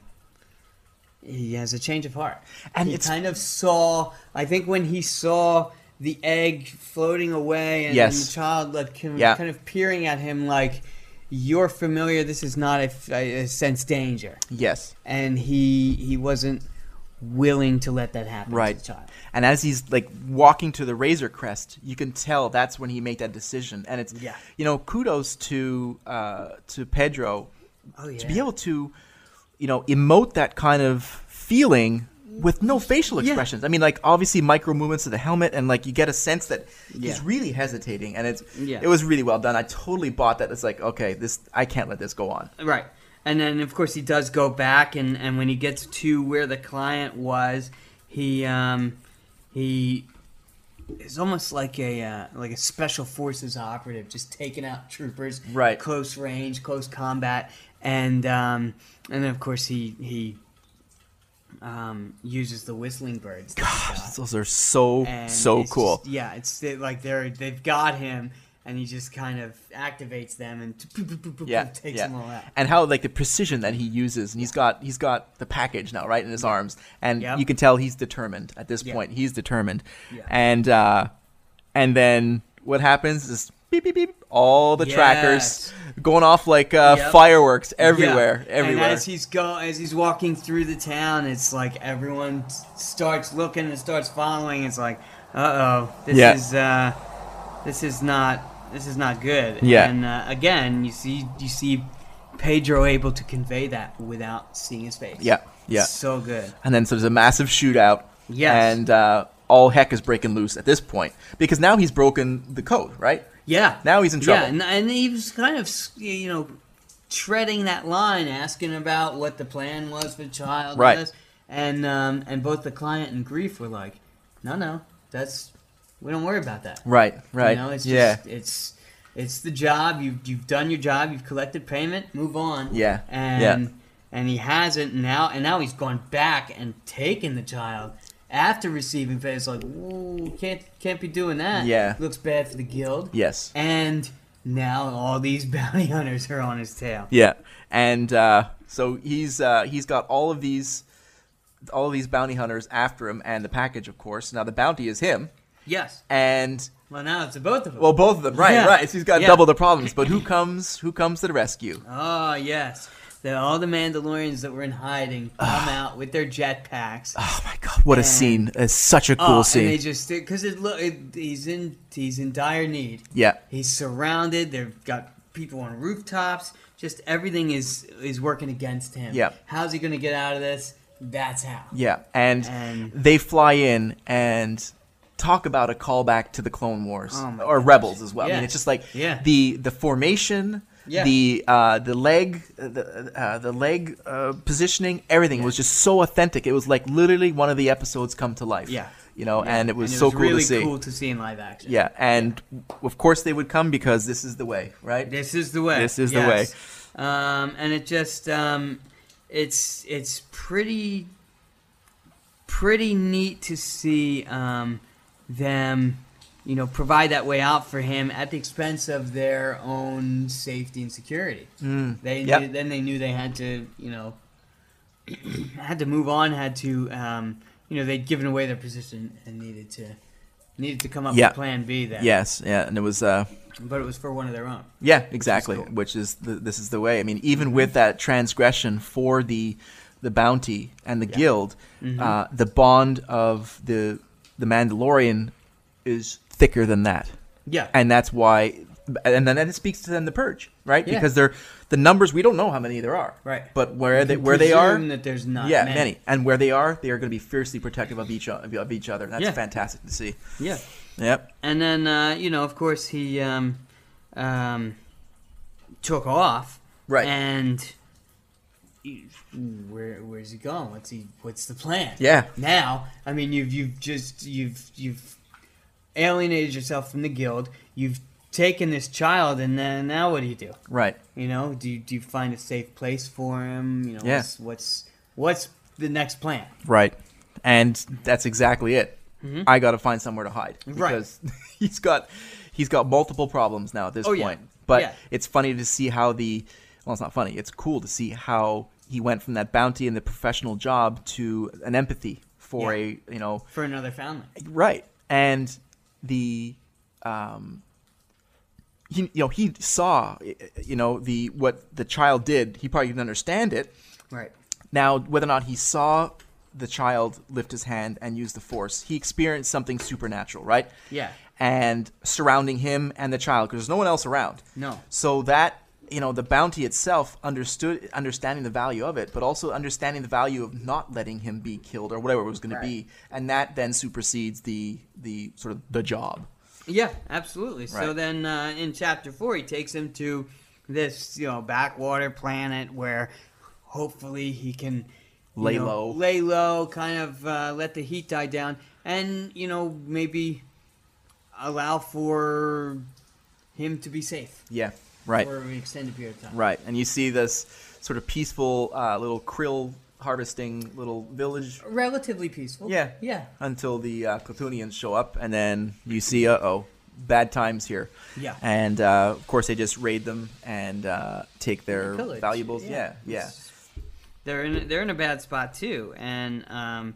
D: he has a change of heart.
C: And
D: he
C: it's-
D: kind of saw. I think when he saw the egg floating away and,
C: Yes.
D: and the child like kind of-
C: Yeah.
D: kind of peering at him like you're familiar this is not a, f- I sense danger
C: Yes.
D: and he he wasn't willing to let that happen
C: Right.
D: to the child
C: And as he's like walking to the Razor Crest, you can tell that's when he made that decision. And it's
D: Yeah.
C: you know, kudos to uh, to Pedro
D: Oh,
C: to
D: yeah.
C: be able to, you know, emote that kind of feeling with no facial expressions. I mean, like obviously micro movements of the helmet, and like you get a sense that
D: Yeah.
C: he's really hesitating. And it's
D: Yeah.
C: it was really well done. I totally bought that. It's like okay, this I can't let this go on.
D: Right. And then, of course, he does go back, and, and when he gets to where the client was, he um, he is almost like a uh, like a special forces operative, just taking out troopers,
C: Right.
D: Close range, close combat, and um, and then, of course, he he um, uses the whistling birds. that he got.
C: Those are so
D: And
C: so
D: it's
C: cool.
D: just- yeah, it's they- like they're they've got him, and he just kind of activates them and
C: yeah,
D: takes
C: yeah.
D: them all out.
C: And how like the precision that he uses, and he's got he's got the package now right in his arms, and
D: Yep.
C: you can tell he's determined at this
D: Yeah.
C: point. He's determined,
D: Yeah.
C: and uh, and then what happens is beep beep beep, all the trackers going off like uh,
D: Yep.
C: fireworks everywhere,
D: Yeah.
C: everywhere.
D: And as he's go, as he's walking through the town, it's like everyone s- starts looking and starts following. It's like, uh oh, this
C: Yeah.
D: is uh, this is not this is not good.
C: Yeah.
D: And uh, again, you see you see Pedro able to convey that without seeing his face.
C: Yeah, yeah.
D: So good.
C: And then so there's a massive shootout.
D: Yes.
C: And uh, all heck is breaking loose at this point because now he's broken the code, right?
D: Yeah.
C: Now he's in trouble.
D: Yeah, and, and he was kind of you know treading that line, asking about what the plan was for child.
C: Right.
D: this, And um, and both the client and grief were like, no, no, that's we don't worry about that.
C: Right, right.
D: You know, it's
C: yeah.
D: just it's it's the job. You've you've done your job. You've collected payment. Move on.
C: Yeah,
D: And
C: yeah.
D: and he hasn't now. And now he's gone back and taken the child after receiving pay. It's like, ooh, can't can't be doing that.
C: Yeah.
D: Looks bad for the guild.
C: yes.
D: And now all these bounty hunters are on his tail.
C: Yeah, and uh, so he's uh, he's got all of these all of these bounty hunters after him, and the package, of course. Now the bounty is him,
D: Yes.
C: and
D: Well, now it's the both of them.
C: well, both of them, right?
D: Yeah.
C: Right. So he's got
D: Yeah.
C: double the problems. But who comes? Who comes to the rescue?
D: oh yes. The, all the Mandalorians that were in hiding
C: Ah.
D: come out with their jetpacks.
C: Oh my God! What a
D: And-
C: scene! It's such a cool
D: Oh,
C: scene.
D: And they just because it look it, he's in he's in dire need.
C: yeah.
D: He's surrounded. They've got people on rooftops. Just everything is is working against him.
C: Yeah.
D: How's he gonna get out of this? That's how.
C: Yeah, and,
D: And-
C: they fly in and talk about a callback to the Clone Wars
D: Oh my
C: or Rebels as well. I mean,
D: Yeah.
C: it's just like
D: Yeah.
C: the the formation,
D: Yeah.
C: the uh, the leg, uh, the uh, the leg uh, positioning, everything was just so authentic. It was like literally one of the episodes come to life.
D: Yeah.
C: you know, and it was
D: and
C: so cool
D: really
C: to see.
D: cool to see in live action.
C: Yeah, and of course they would come because this is the way, right?
D: This is the way.
C: This is the
D: the way. Um, and it just um, it's it's pretty pretty neat to see um, them you know provide that way out for him at the expense of their own safety and security. they
C: Mm. yep.
D: knew, then they knew they had to you know had to move on, had to um, you know they'd given away their position and needed to needed to come up
C: Yeah.
D: with Plan B there.
C: Yes, yeah, and it was uh,
D: but it was for one of their own.
C: Yeah, exactly. Which is, the, this is the way. I mean, even with that transgression for the the bounty and the guild,
D: Mm-hmm.
C: uh, the bond of the the Mandalorian is thicker than that,
D: Yeah.
C: and that's why. And then and it speaks to them the purge, right?
D: Yeah.
C: Because they're the numbers. We don't know how many there are,
D: Right.
C: But where they where they are,
D: Presume that there's not
C: yeah,
D: many.
C: many. and where they are, they are going to be fiercely protective of each o- of each other. That's
D: Yeah.
C: fantastic to see.
D: Yeah,
C: Yep.
D: and then uh, you know, of course, he um, um, took off.
C: Right.
D: And he- where where's he going? What's he? What's the plan?
C: Yeah.
D: Now, I mean, you've you've just you've you've alienated yourself from the guild. You've taken this child, and then now what do you do?
C: Right.
D: You know, do you, do you find a safe place for him? You know,
C: Yeah.
D: what's, what's what's the next plan?
C: Right. And that's exactly it. I got to find somewhere to hide
D: Mm-hmm. Right.
C: because he's got he's got multiple problems now at this
D: Oh, yeah.
C: point. But
D: Yeah.
C: it's funny to see how the well, it's not funny. It's cool to see how he went from that bounty and the professional job to an empathy for
D: Yeah.
C: a, you know,
D: For another family.
C: right. And the um, he, you know he saw you know the what the child did he probably didn't understand it
D: Right.
C: now whether or not he saw the child lift his hand and use the force he experienced something supernatural right
D: Yeah.
C: and surrounding him and the child because there's no one else around
D: No.
C: so that you know the bounty itself understood understanding the value of it but also understanding the value of not letting him be killed or whatever it was going to be and that then supersedes the the sort of the job
D: Yeah, absolutely. So
C: Right.
D: then uh, in chapter four, he takes him to this you know backwater planet where hopefully he can you
C: Lay
D: know,
C: low.
D: lay low, kind of uh, let the heat die down, and you know maybe allow for him to be safe
C: yeah right
D: for an extended period of time.
C: Right, and you see this sort of peaceful uh, little krill harvesting little village
D: Relatively peaceful.
C: Yeah.
D: Yeah.
C: until the uh, Clatoonians show up, and then you see, uh oh, bad times here.
D: Yeah.
C: And uh, of course, they just raid them and uh, take their
D: Pillage,
C: valuables. Yeah, yeah.
D: It's- They're in they're in a bad spot too, and um,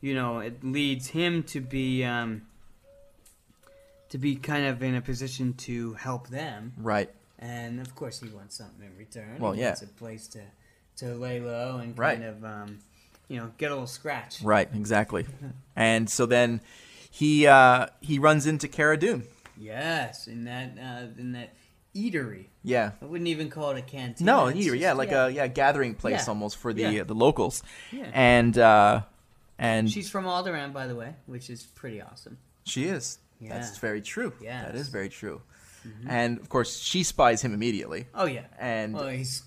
D: you know it leads him to be um, to be kind of in a position to help them,
C: Right,
D: and of course he wants something in return.
C: Well,
D: he
C: yeah.
D: wants a place to to lay low and
C: Right.
D: kind of um, you know get a little scratch.
C: right, exactly. and so then he uh, he runs into Cara Dune.
D: Yes, in that uh, in that eatery.
C: Yeah.
D: I wouldn't even call it a canteen.
C: No,
D: it's
C: either.
D: just-
C: Yeah, like a yeah gathering place
D: Yeah.
C: almost for the
D: Yeah.
C: uh, the locals.
D: Yeah.
C: And uh, and
D: She's from Alderaan, by the way, which is pretty awesome.
C: She is. That's
D: Yeah.
C: very true. That
D: Yes.
C: is very true. And of course, she spies him immediately.
D: Oh yeah,
C: And
D: well he's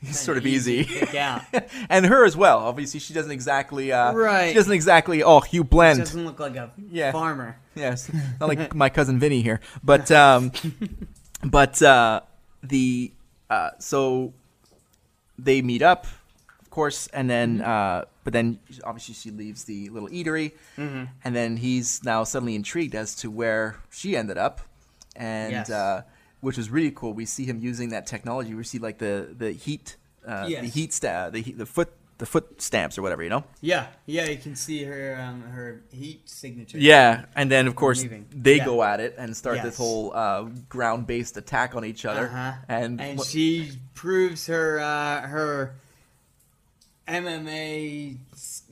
C: he's
D: kinda
C: sort of easy.
D: to pick out.
C: and her as well. Obviously, she doesn't exactly. Uh,
D: Right.
C: She doesn't exactly. Oh, you blend.
D: doesn't look like a
C: Yeah.
D: farmer.
C: Yes, not like my cousin Vinny here, but um, but uh, the uh, so they meet up, of course, and then
D: Mm-hmm.
C: uh, but then obviously she leaves the little eatery,
D: Mm-hmm.
C: and then he's now suddenly intrigued as to where she ended up, and
D: Yes.
C: uh, which was really cool. We see him using that technology. We see like the the heat, uh, the
D: Yes.
C: heat sta- the heat, the foot the foot stamps or whatever you know.
D: Yeah, yeah, you can see her um, her heat signature.
C: Yeah, and then of course
D: leaving.
C: they
D: Yeah.
C: go at it and start this
D: Yes.
C: whole uh, ground-based attack on each other,
D: Uh-huh.
C: and,
D: and
C: what-
D: she proves her uh, her MMA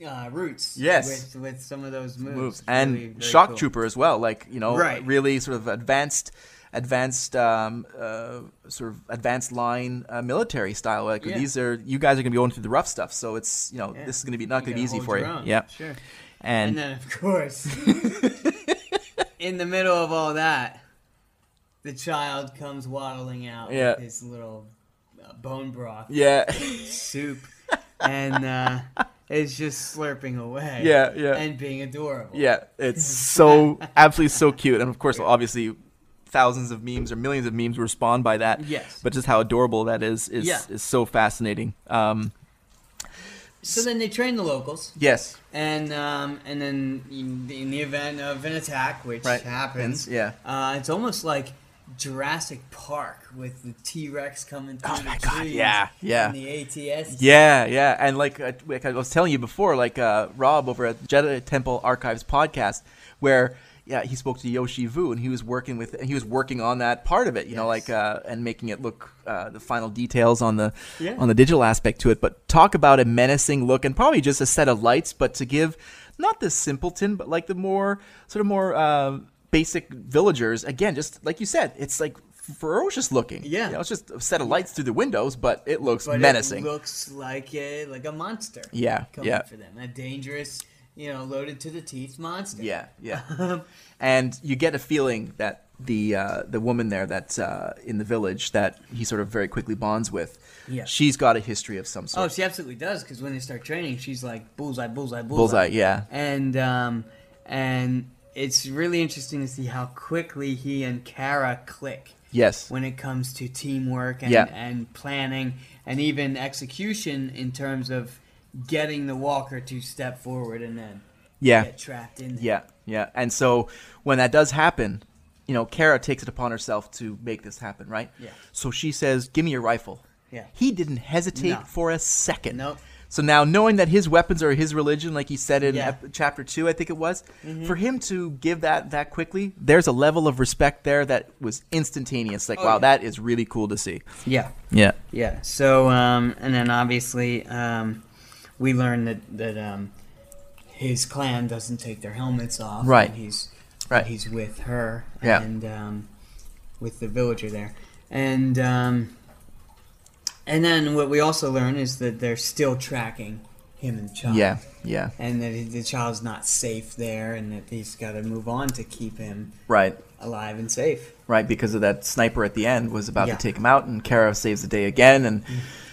D: uh, roots.
C: Yes.
D: with, with some of those moves.
C: moves
D: It's
C: and
D: really very
C: shock
D: cool.
C: trooper as well, like you know,
D: Right.
C: really sort of advanced, advanced, um, uh, sort of advanced line uh, military style. Like
D: Yeah.
C: these are you guys are gonna be going through the rough stuff, so it's you know
D: Yeah.
C: this is gonna be not
D: You
C: gonna be
D: gotta
C: easy
D: hold
C: for you.
D: your own,
C: Yeah,
D: sure.
C: and,
D: And then of course, in the middle of all that, the child comes waddling out
C: Yeah.
D: with his little uh, bone broth
C: yeah,
D: soup and uh, is just slurping away.
C: Yeah, yeah.
D: And being adorable.
C: yeah, it's so absolutely so cute, and of course, obviously. Thousands of memes or millions of memes respond by that.
D: Yes.
C: but just how adorable that is is
D: Yeah.
C: is so fascinating. Um,
D: So then they train the locals,
C: yes,
D: and um, and then in, in the event of an attack, which
C: Right.
D: happens,
C: Hence, yeah.
D: uh, it's almost like Jurassic Park with the T Rex coming through
C: Oh
D: the
C: my God,
D: trees
C: yeah, yeah.
D: and the ATS.
C: yeah, yeah, and like uh, like I was telling you before, like uh, Rob over at Jedi Temple Archives podcast, where yeah he spoke to Yoshi Vu and he was working with he was working on that part of it, you know,
D: Yes.
C: like uh, and making it look uh, the final details on the
D: Yeah.
C: on the digital aspect to it. But talk about a menacing look and probably just a set of lights, but to give not the simpleton, but like the more sort of more uh, basic villagers again, just like you said, it's like ferocious looking.
D: Yeah.
C: You know, it's just a set of lights through the windows, but it looks
D: But
C: menacing.
D: It looks like a like a monster.
C: Yeah,
D: coming
C: yeah.
D: for them, a dangerous, you know, loaded to the teeth monster.
C: Yeah, yeah. and you get a feeling that the uh, the woman there that's uh, in the village that he sort of very quickly bonds with,
D: Yeah.
C: she's got a history of some sort.
D: Oh, she absolutely does. Because when they start training, she's like bullseye, bullseye,
C: Bullseye,
D: bullseye,
C: yeah.
D: And um, and it's really interesting to see how quickly he and Kara click
C: yes.
D: when it comes to teamwork and,
C: Yeah.
D: and planning and even execution in terms of getting the walker to step forward and then
C: Yeah.
D: get trapped in. there.
C: Yeah, yeah. And so when that does happen, you know, Kara takes it upon herself to make this happen, right?
D: Yeah.
C: So she says, "Give me your rifle."
D: Yeah.
C: He didn't hesitate
D: No.
C: for a second.
D: Nope.
C: So now, knowing that his weapons are his religion, like he said in
D: Yeah. Mm-hmm.
C: ep- chapter two, I think it was, for him to give that that quickly, there's a level of respect there that was instantaneous. Like, wow,
D: Oh, yeah.
C: that is really cool to see.
D: Yeah.
C: Yeah.
D: Yeah. So, um, and then obviously, um, we learn that that um, his clan doesn't take their helmets off.
C: Right.
D: And he's
C: Right.
D: He's with her.
C: Yeah.
D: And um, with the villager there, and um, and then what we also learn is that they're still tracking him and Chop.
C: Yeah. Yeah.
D: And that he- the child's not safe there, and that he's got to move on to keep him
C: Right.
D: alive and safe.
C: Right. Because of that sniper at the end was about
D: Yeah. Mm-hmm.
C: to take him out, and Kara saves the day again, and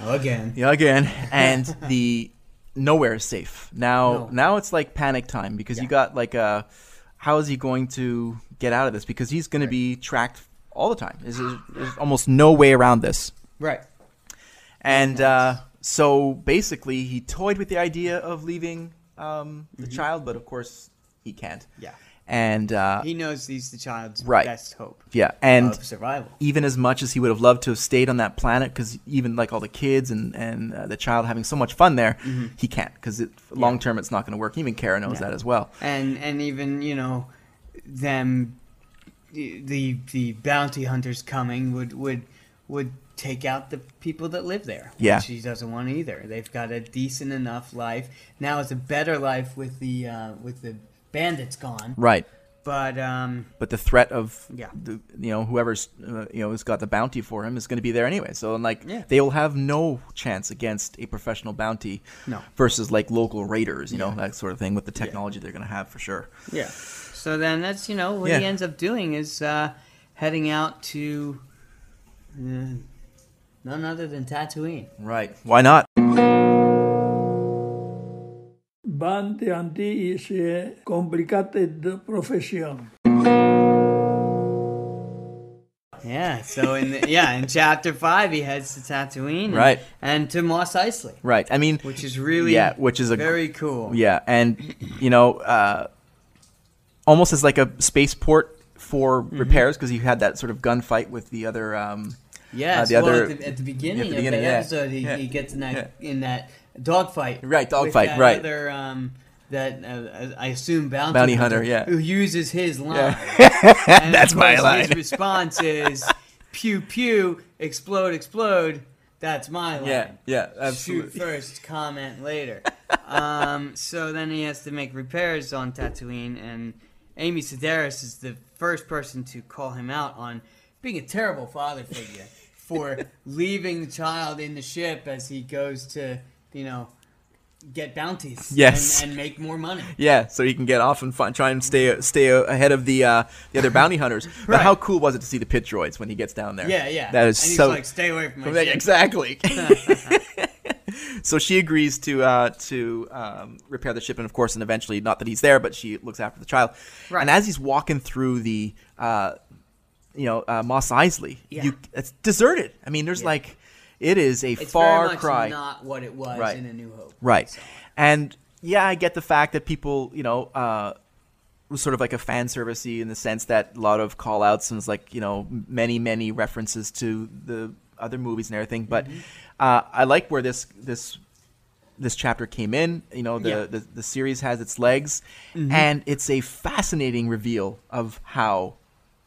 D: Again.
C: Yeah, again. And the nowhere is safe. Now
D: No.
C: now it's like panic time because you got like a how is he going to get out of this? Because he's gonna be tracked all the time. There's, there's there's almost no way around this.
D: Right.
C: And uh, so basically, he toyed with the idea of leaving um, the child, but of course he can't.
D: Mm-hmm. Yeah.
C: And uh,
D: He knows he's the child's
C: Right.
D: best hope
C: yeah, and
D: of survival.
C: even as much as he would have loved to have stayed on that planet, because even like all the kids and and uh, the child having so much fun there,
D: Mm-hmm.
C: he can't because long term it's not going to work. Even Kara knows that as well.
D: and and even you know them the the bounty hunters coming would would would take out the people that live there
C: Yeah.
D: which he doesn't want either they've got a decent enough life now it's a better life with the uh, with the bandits gone
C: Right.
D: but um
C: But the threat of
D: Yeah.
C: the, you know whoever's uh, you know has got the bounty for him is going to be there anyway. So and like
D: Yeah.
C: they will have no chance against a professional bounty
D: No.
C: versus like local raiders, you know that sort of thing with the technology they're going to have for sure.
D: yeah so then that's you know what
C: Yeah.
D: he ends up doing is uh heading out to uh, none other than Tatooine
C: Right. Why not?
F: Bounty is a complicated profession.
D: Yeah. So in the, yeah, in chapter five, he heads to Tatooine, and-
C: Right.
D: and to Moss Isley,
C: Right. I mean,
D: which is really
C: yeah, which is a
D: very cool.
C: Yeah, uh, and you know, uh, almost as like a spaceport for
D: Mm-hmm.
C: repairs because you had that sort of gunfight with the other. Um,
D: Yes.
C: Uh, the
D: well,
C: other-
D: at, the, at the beginning
C: at the beginning,
D: of that
C: yeah.
D: episode, he,
C: Yeah.
D: he gets in that in that dogfight.
C: Right,
D: with
C: dogfight,
D: that
C: right.
D: Other, um, that uh, I assume bounty,
C: Bounty hunter, yeah.
D: who uses his line. And
C: That's
D: of
C: my
D: course,
C: line.
D: His response is pew pew, explode explode. That's my line.
C: yeah, yeah,
D: shoot first, comment later. um, so then he has to make repairs on Tatooine, and Amy Sedaris is the first person to call him out on being a terrible father figure for leaving the child in the ship as he goes to, you know, get bounties
C: Yes.
D: and, and make more money.
C: Yeah, so he can get off and fi- try and stay stay ahead of the uh, the other bounty hunters. But
D: Right.
C: how cool was it to see the pit droids when he gets down there?
D: Yeah, yeah.
C: That is
D: and he's
C: so
D: like, stay away from my
C: Yeah,
D: ship.
C: exactly. so she agrees to uh, to um, repair the ship, and of course, and eventually, not that he's there, but she looks after the child.
D: Right.
C: And as he's walking through the, uh, you know, uh, Moss Isley,
D: Yeah.
C: you, it's deserted. I mean, there's like, it is a
D: It's
C: far
D: very much
C: cry.
D: not what it was
C: Right.
D: in A New Hope.
C: Right.
D: So,
C: And yeah, I get the fact that people, you know, uh, was sort of like a fan servicey in the sense that a lot of call outs and it's like, you know, many, many references to the other movies and everything. But uh, I like where this, this, this chapter came in, you know, the,
D: Yeah. Mm-hmm.
C: the, the series has its legs and it's a fascinating reveal of how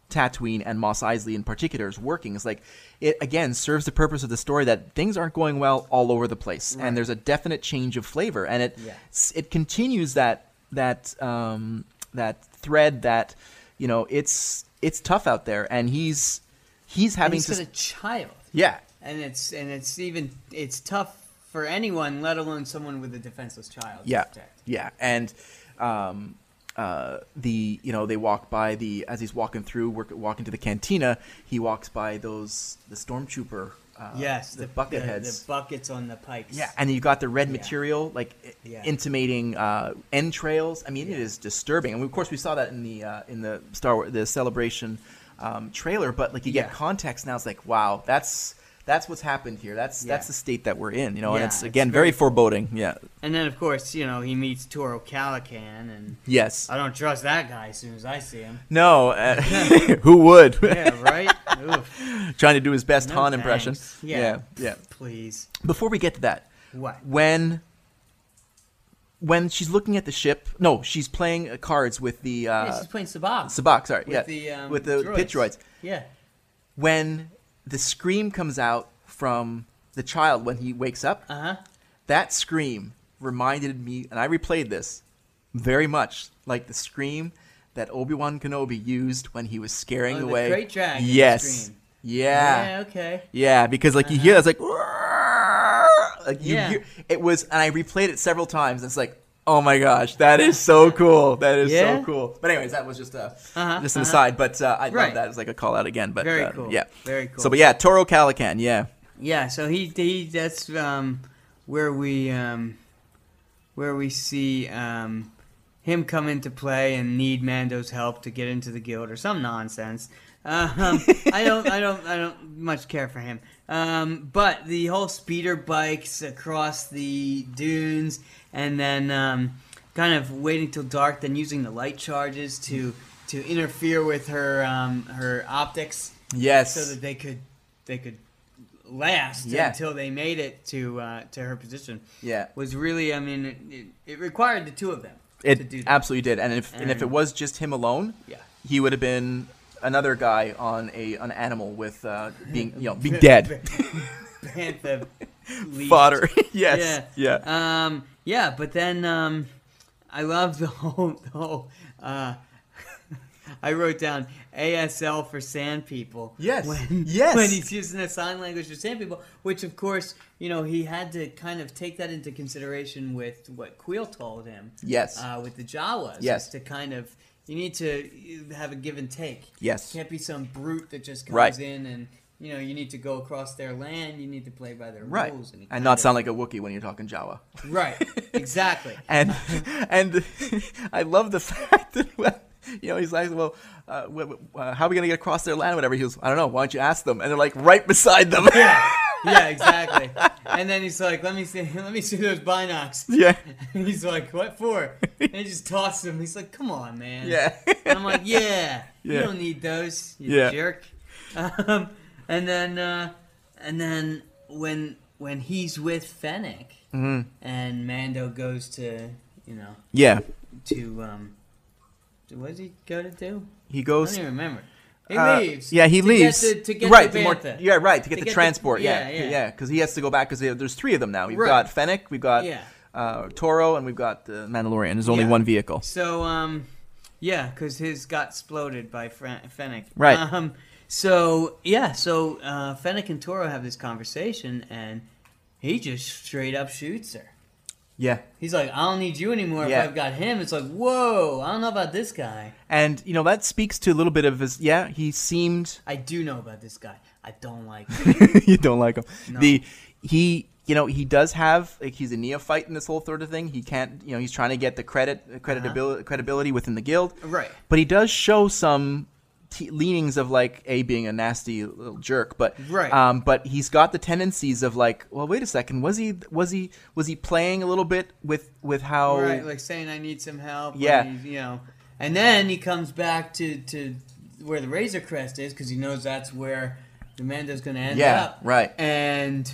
C: Tatooine and Moss Isley in particular is working. It's like it again serves the purpose of the story that things aren't going well all over the place, and there's a definite change of flavor, and it
D: Yeah.
C: s- it continues that that um, that thread that you know it's it's tough out there, and he's he's
D: and
C: having
D: he's
C: to
D: got a
C: s-
D: child.
C: yeah
D: and it's and it's even it's tough for anyone, let alone someone with a defenseless child. to
C: yeah
D: protect.
C: yeah and um uh, the you know they walk by the as he's walking through work, walking to the cantina he walks by those the stormtrooper uh,
D: yes,
C: the, bucket heads
D: the buckets on the pikes.
C: Yeah, and you got the red material, like i-
D: Yeah.
C: intimating uh, entrails. I mean, it is disturbing. And we, of course, we saw that in the uh, in the Star Wars the celebration um, trailer. But like, you get
D: Yeah.
C: context now. It's like, wow, that's that's what's happened here. That's
D: Yeah.
C: that's the state that we're in. You know, and
D: Yeah,
C: it's
D: it's
C: again very,
D: very-
C: foreboding. Yeah.
D: and then of course you know he meets Toro Calican, and
C: Yes.
D: I don't trust that guy as soon as I see him.
C: no. Uh, who would?
D: Yeah, right. Oof,
C: Trying to do his best
D: no
C: Han impression.
D: thanks. Yeah.
C: Yeah. yeah.
D: Please.
C: Before we get to that,
D: What?
C: when when she's looking at the ship, no, she's playing uh, cards with the uh,
D: yeah, she's playing Sabak.
C: Sabacc, sorry,
D: with
C: yeah,
D: the um,
C: with the pit droids.
D: Yeah,
C: When the scream comes out from the child when he wakes up,
D: uh huh.
C: that scream reminded me, and I replayed this very much like the scream that Obi Wan Kenobi used when he was scaring
D: Oh, the
C: away.
D: great dragon
C: yes.
D: scream.
C: Yeah.
D: Yeah. Okay.
C: Yeah, because like you hear that's like, like you
D: Yeah.
C: hear, it was, and I replayed it several times. And it's like, oh my gosh, that is so cool. That is
D: Yeah.
C: so cool. But anyways, that was just a
D: Uh-huh,
C: just an
D: uh-huh.
C: aside. But uh, I love
D: Right.
C: that as like a call out again. But
D: Very
C: uh,
D: cool.
C: Yeah,
D: Very cool.
C: So, but yeah, Toro Calican. Yeah,
D: Yeah, so he, he that's um, where we um, where we see um, him come into play and need Mando's help to get into the guild or some nonsense. Um, I don't I don't I don't much care for him. Um, but the whole speeder bikes across the dunes and then um, kind of waiting till dark, then using the light charges to to interfere with her um, her optics
C: yes.
D: so that they could they could last
C: Yeah.
D: until they made it to uh, to her position
C: yeah.
D: was really I mean it, it, it required the two of them to
C: It
D: do that.
C: absolutely did, and if and, if it
D: And-
C: was just him alone,
D: Yeah.
C: he would have been another guy on a an animal with uh, being you know being dead
D: Panther lead.
C: fodder. yes, yeah,
D: yeah um yeah but then um I love the whole the whole uh I wrote down ASL for sand people.
C: Yes,
D: When,
C: yes.
D: When he's using the sign language for sand people, which of course, you know, he had to kind of take that into consideration with what Queel told him.
C: Yes.
D: Uh, with the Jawas.
C: Yes.
D: is To kind of, you need to uh, have a give and take.
C: Yes.
D: Can't be some brute that just comes
C: Right.
D: in and, you know, you need to go across their land, you need to play by their
C: right,
D: rules. he
C: and
D: kind
C: not
D: of-
C: sound like a Wookiee when you're talking Jawa.
D: Right. Exactly.
C: and and I love the fact that well, you know he's like, well, uh, wh- wh- uh, how are we gonna get across their land, or whatever. He goes, I don't know. Why don't you ask them? And they're like right beside them.
D: yeah, yeah, exactly. And then he's like, "Let me see, let me see those binocs."
C: yeah,
D: And he's like, "What for?" And he just tosses them. He's like, "Come on, man."
C: yeah.
D: And I'm like, "Yeah, you
C: Yeah.
D: don't need those, you
C: Yeah.
D: jerk." Um, and then, uh, and then when when he's with Fennec,
C: Mm-hmm.
D: and Mando goes to you know
C: yeah.
D: to um, to- what does he go to do?
C: He
D: I
C: goes.
D: don't even remember. He
C: Uh,
D: leaves.
C: Yeah, he
D: to
C: leaves.
D: Get the, to get
C: right,
D: the
C: more-
D: Bantha.
C: yeah, right. To get
D: To
C: the
D: get the-
C: transport. yeah,
D: yeah, yeah.
C: yeah. Because he has to go back because there's three of them now. We've
D: Right.
C: got Fennec, we've got
D: Yeah.
C: uh, Toro, and we've got the Mandalorian. There's only
D: Yeah.
C: one vehicle.
D: So, um, yeah, because his got exploded by Fren- Fennec.
C: Right.
D: Um, so, yeah, so uh, Fennec and Toro have this conversation, and he just straight up shoots her.
C: Yeah.
D: He's like, I don't need you anymore
C: Yeah.
D: if I've got him. It's like, whoa, I don't know about this guy.
C: And you know that speaks to a little bit of his. Yeah, he seemed.
D: I do know about this guy. I don't like him.
C: you don't like him. The he. You know he does have like he's a neophyte in this whole sort of thing. He can't you know he's trying to get the credit credibility credibility within the guild.
D: Uh-huh. Right.
C: But he does show some t- leanings of like a being a nasty little jerk, but
D: Right.
C: Um, but he's got the tendencies of like, well, wait a second, was he was he was he playing a little bit with with how?
D: Right, like saying I need some help. when
C: Yeah.
D: he's, you know, and then he comes back to to where the Razor Crest is because he knows that's where the Mando's going to end
C: Yeah,
D: up.
C: right.
D: And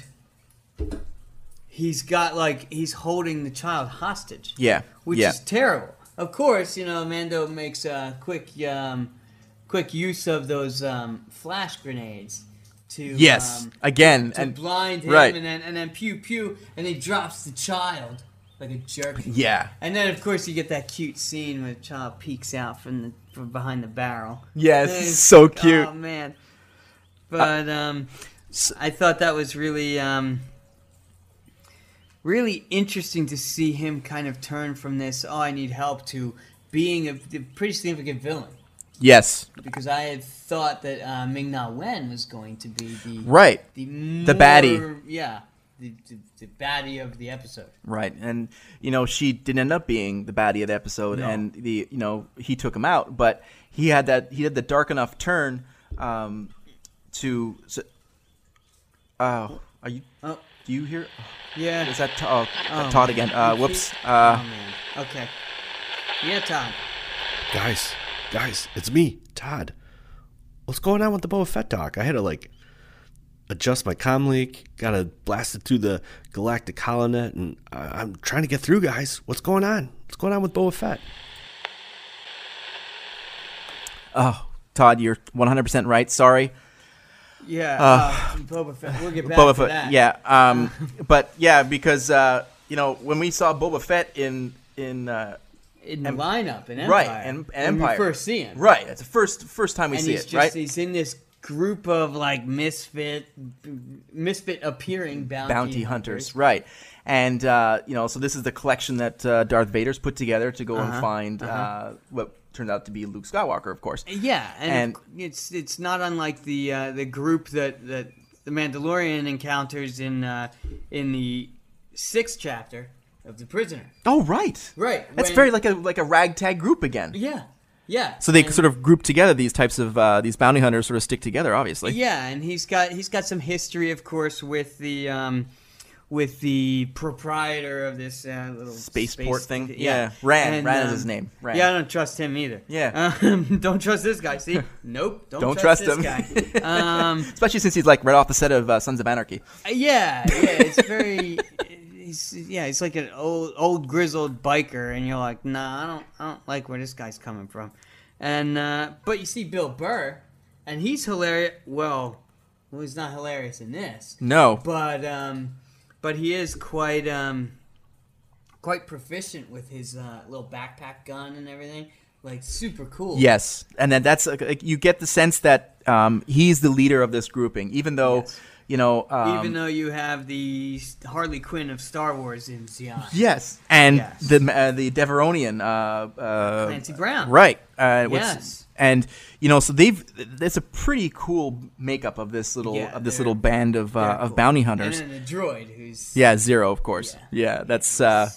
D: he's got like he's holding the child hostage.
C: yeah,
D: Which
C: yeah,
D: is terrible. Of course, you know Mando makes a quick um, quick use of those um, flash grenades to
C: yes,
D: um,
C: again,
D: to
C: and
D: blind him,
C: right.
D: and then and then pew pew, and he drops the child like a jerk.
C: yeah,
D: And then, of course, you get that cute scene where the child peeks out from the from behind the barrel.
C: yes,
D: And
C: it's
D: it's-
C: so cute. Uh,
D: Oh man! But um, I thought that was really um, really interesting to see him kind of turn from this "oh, I need help" to being a, a pretty significant villain.
C: yes,
D: Because I had thought that uh, Ming Na Wen was going to be the
C: right.
D: the, more,
C: baddie.
D: yeah, the, the the baddie of the episode.
C: Right, and you know she didn't end up being the baddie of the episode,
D: No.
C: and the you know he took him out, but he had that he had the dark enough turn um, to. So, oh, are you?
D: Oh.
C: Do you hear?
D: Yeah.
C: Is that t- oh,
D: Oh,
C: Todd again? Uh,
D: You
C: whoops.
D: keep- oh
C: Uh,
D: man. Okay. Yeah, Tom.
E: Guys, guys, it's me, Todd. What's going on with the Boba Fett talk? I had to like adjust my comlink. Gotta blast it through the galactic holonet, and I- I'm trying to get through, guys. What's going on? What's going on with Boba Fett?
C: Oh, Todd, you're 100% right. Sorry.
D: Yeah, uh, Boba Fett. We'll get back
C: Boba
D: to
C: Fett.
D: that.
C: Yeah. Um, but yeah, because uh, you know when we saw Boba Fett in in uh,
D: in the lineup in Empire.
C: right and, and
D: when we
C: Empire,
D: first see him.
C: Right. It's the first first time we
D: and
C: see
D: he's
C: it.
D: just
C: right.
D: he's in this group of like misfit, misfit appearing bounty,
C: bounty hunters, right? And uh, you know, so this is the collection that uh, Darth Vader's put together to go
D: Uh-huh.
C: and find uh what turned out to be Luke Skywalker, of course.
D: Yeah, and,
C: And-
D: of c- it's it's not unlike the uh, the group that that the Mandalorian encounters in uh, in the sixth chapter of the Prisoner.
C: Oh, right,
D: Right,
C: That's
D: when-
C: very like a like a ragtag group again.
D: Yeah, yeah.
C: So they
D: and-
C: sort of group together these types of uh, these bounty hunters sort of stick together, obviously.
D: Yeah, and he's got he's got some history, of course, with the um, with the proprietor of this uh, little
C: Spaceport thing?
D: Yeah, um,
C: Yeah, Ran. Ran is his name. Ran.
D: Yeah, I don't trust him either.
C: Yeah.
D: um, don't trust this guy. See, nope, don't,
C: Don't
D: trust,
C: trust
D: this
C: him.
D: guy. Um,
C: Especially since he's like right off the set of uh, Sons of Anarchy.
D: yeah, yeah, it's very. He's, yeah, he's like an old, old grizzled biker, and you're like, nah, I don't, I don't like where this guy's coming from, and uh, but you see Bill Burr, and he's hilarious. Well, well, he's not hilarious in this,
C: No.
D: but um, but he is quite um, quite proficient with his uh, little backpack gun and everything, like super cool.
C: Yes, and then that's like, like, you get the sense that um, he's the leader of this grouping, even though
D: Yes.
C: you know. Um,
D: Even though you have the Harley Quinn of Star Wars in Xeon,
C: Yes, and
D: Yes.
C: the uh, the Deveronian, uh, uh,
D: Clancy Brown.
C: right? Uh, what's-
D: Yes.
C: and you know, so they've that's a pretty cool makeup of this little
D: Yeah,
C: of this
D: they're-
C: little band of uh, of bounty hunters.
D: And then the droid who's
C: yeah, zero, of course. Yeah, that's uh,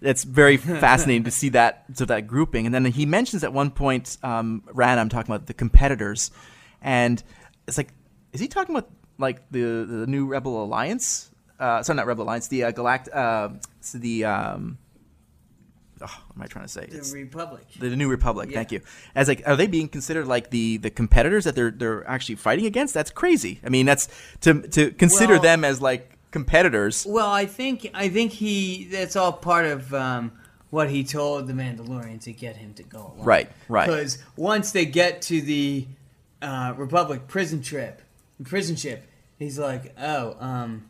C: that's very fascinating to see that so that grouping. And then he mentions at one point, um, Ran, I'm talking about the competitors, and it's like, is he talking about like the the new Rebel Alliance? Uh, sorry, not Rebel Alliance. The uh, Galact. Uh, it's the um, oh, what am I trying to say?
D: the
C: It's-
D: Republic.
C: the, the New Republic.
D: Yeah.
C: Thank you. As like, are they being considered like the the competitors that they're they're actually fighting against? That's crazy. I mean, that's to to consider
D: Well-
C: them as like competitors.
D: Well, I think I think he that's all part of um, what he told the Mandalorian to get him to go along.
C: Right, right.
D: Because once they get to the uh, Republic prison trip, prison ship, he's like, oh, um,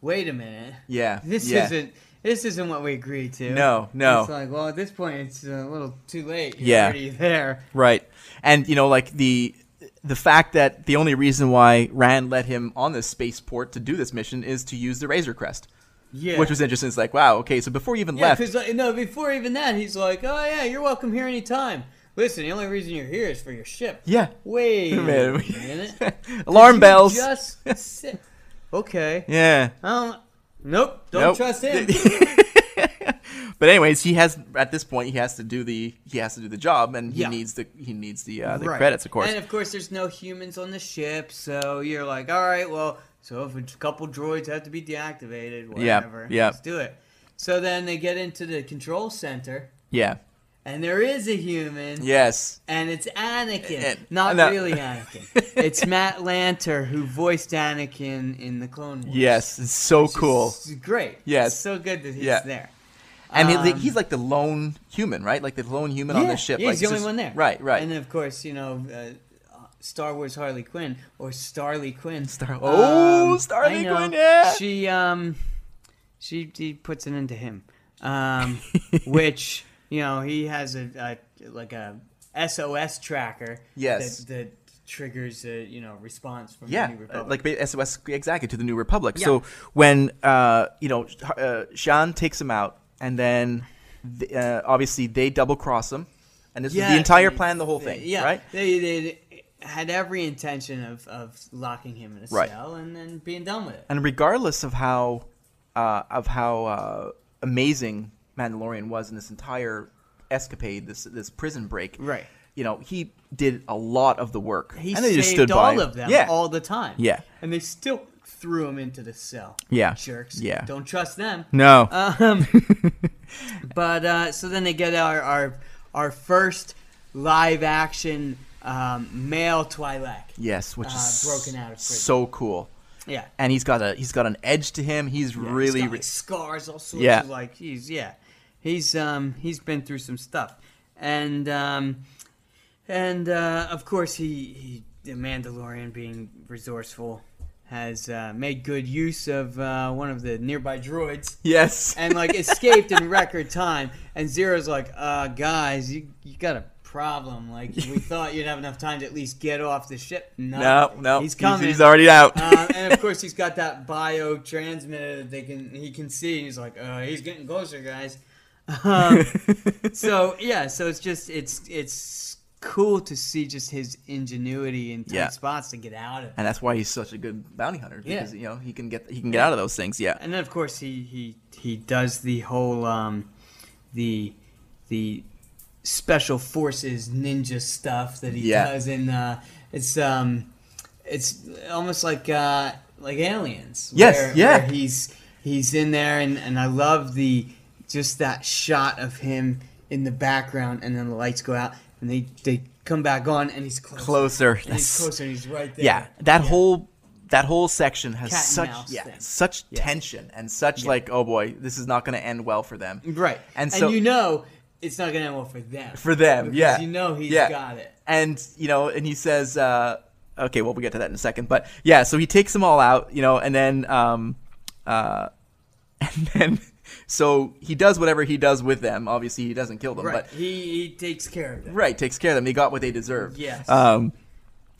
D: wait a minute.
C: Yeah,
D: This
C: yeah.
D: isn't. This isn't what we agreed to.
C: No, no.
D: It's like, well, at this point, it's a little too late. You're
C: Yeah.
D: already there.
C: Right. And you know, like the the fact that the only reason why Rand let him on this spaceport to do this mission is to use the Razor Crest,
D: Yeah.
C: which was interesting. It's like, wow, okay, so before you even
D: Yeah,
C: left,
D: because like, no, before even that, he's like, "Oh yeah, you're welcome here anytime." Listen, the only reason you're here is for your ship.
C: Yeah.
D: Wait a
C: Man,
D: minute.
C: we-
D: Did
C: alarm
D: you
C: bells.
D: Just sit. Okay.
C: yeah.
D: Um. Nope. Don't
C: Nope.
D: trust him.
C: But anyways, he has at this point he has to do the he has to do the job, and he
D: Yeah.
C: needs the he needs the uh, the
D: Right.
C: credits, of course.
D: And of course, there's no humans on the ship, so you're like, "All right, well, so if a couple droids have to be deactivated,
C: Yeah,
D: whatever,
C: yeah.
D: let's do it." So then they get into the control center,
C: yeah.
D: and there is a human.
C: Yes.
D: And it's Anakin,
C: And-
D: not
C: no.
D: really Anakin. It's Matt Lanter who voiced Anakin in the Clone Wars.
C: Yes. It's so
D: Which is
C: cool.
D: great.
C: Yes.
D: It's so good that he's
C: Yeah.
D: there.
C: and he,
D: um,
C: he's like the lone human, right? Like the lone human on
D: yeah,
C: the ship.
D: yeah,
C: like,
D: he's the
C: it's
D: only
C: just-
D: one there.
C: Right. Right.
D: And then, of course, you know, uh, Star Wars Harley Quinn or Starly Quinn. Um,
C: Star- oh, Starly
D: I know.
C: Quinn, yeah.
D: She um, she, she puts it into him, um, which you know he has a, a like a SOS tracker.
C: Yes.
D: That, that triggers a you know response from
C: yeah,
D: the New
C: uh,
D: Republic.
C: like ba- SOS exactly to the New Republic.
D: Yeah.
C: So when uh, you know sh- uh, Shan takes him out, and then th- uh, obviously they double cross him, and this is the entire
D: they-
C: plan, the whole
D: they-
C: thing,
D: yeah,
C: right?
D: They, they had every intention of, of locking him in a
C: Right.
D: cell and then being done with it.
C: And regardless of how uh, of how uh, amazing Mandalorian was in this entire escapade, this this prison break,
D: Right.
C: You know, he did a lot of the work.
D: He
C: and they
D: saved
C: just stood by
D: all
C: him.
D: of them
C: Yeah.
D: all the time.
C: Yeah.
D: And they still threw him into the cell.
C: Yeah.
D: Jerks.
C: Yeah.
D: Don't trust them.
C: no.
D: Um, but uh, so then they get our our, our first live action um, male Twi'lek.
C: yes, which
D: uh,
C: is
D: broken out of prison.
C: so cool.
D: Yeah.
C: and he's got a he's got an edge to him. He's
D: Yeah, he's
C: really
D: got,
C: re-
D: like, scars, all sorts
C: Yeah.
D: of like he's yeah, he's um he's been through some stuff, and um and uh, of course he he the Mandalorian being resourceful has uh, made good use of uh, one of the nearby droids
C: yes.
D: and like escaped in record time. And Zero's like, uh, guys, you you got a problem. Like we thought you'd have enough time to at least get off the ship. No,
C: no, no,
D: uh, he's coming.
C: He's, already out.
D: um, and of course, he's got that bio transmitter that they can he can see. And he's like, uh, he's getting closer, guys. Um, so yeah, so it's just it's it's cool to see just his ingenuity in tight
C: Yeah.
D: spots to get out of. it.
C: and that's why he's such a good bounty hunter
D: Yeah.
C: because you know he can get he can get out of those things. Yeah,
D: And then of course he he he does the whole um, the the special forces ninja stuff that he
C: Yeah.
D: does in uh, it's um it's almost like uh like aliens.
C: Yes,
D: where-
C: yeah.
D: where he's he's in there and and I love the just that shot of him in the background and then the lights go out and they they come back on and he's closer.
C: closer.
D: And he's
C: That's-
D: closer and he's right there.
C: yeah, that whole that whole section has
D: Cat and
C: such
D: mouse
C: yeah,
D: thing.
C: such tension and such like oh boy, this is not going to end well for them.
D: Right.
C: And so-
D: you know it's not gonna end well for them.
C: For them,
D: Because
C: yeah.
D: You know he's
C: Yeah.
D: got it.
C: and you know, and he says, uh, okay, well, we'll get to that in a second, but yeah, so he takes them all out, you know, and then, um, uh, and then, so he does whatever he does with them. Obviously, he doesn't kill them,
D: Right.
C: but
D: he he takes care of them.
C: right, takes care of them. They got what they deserved.
D: Yes. Um.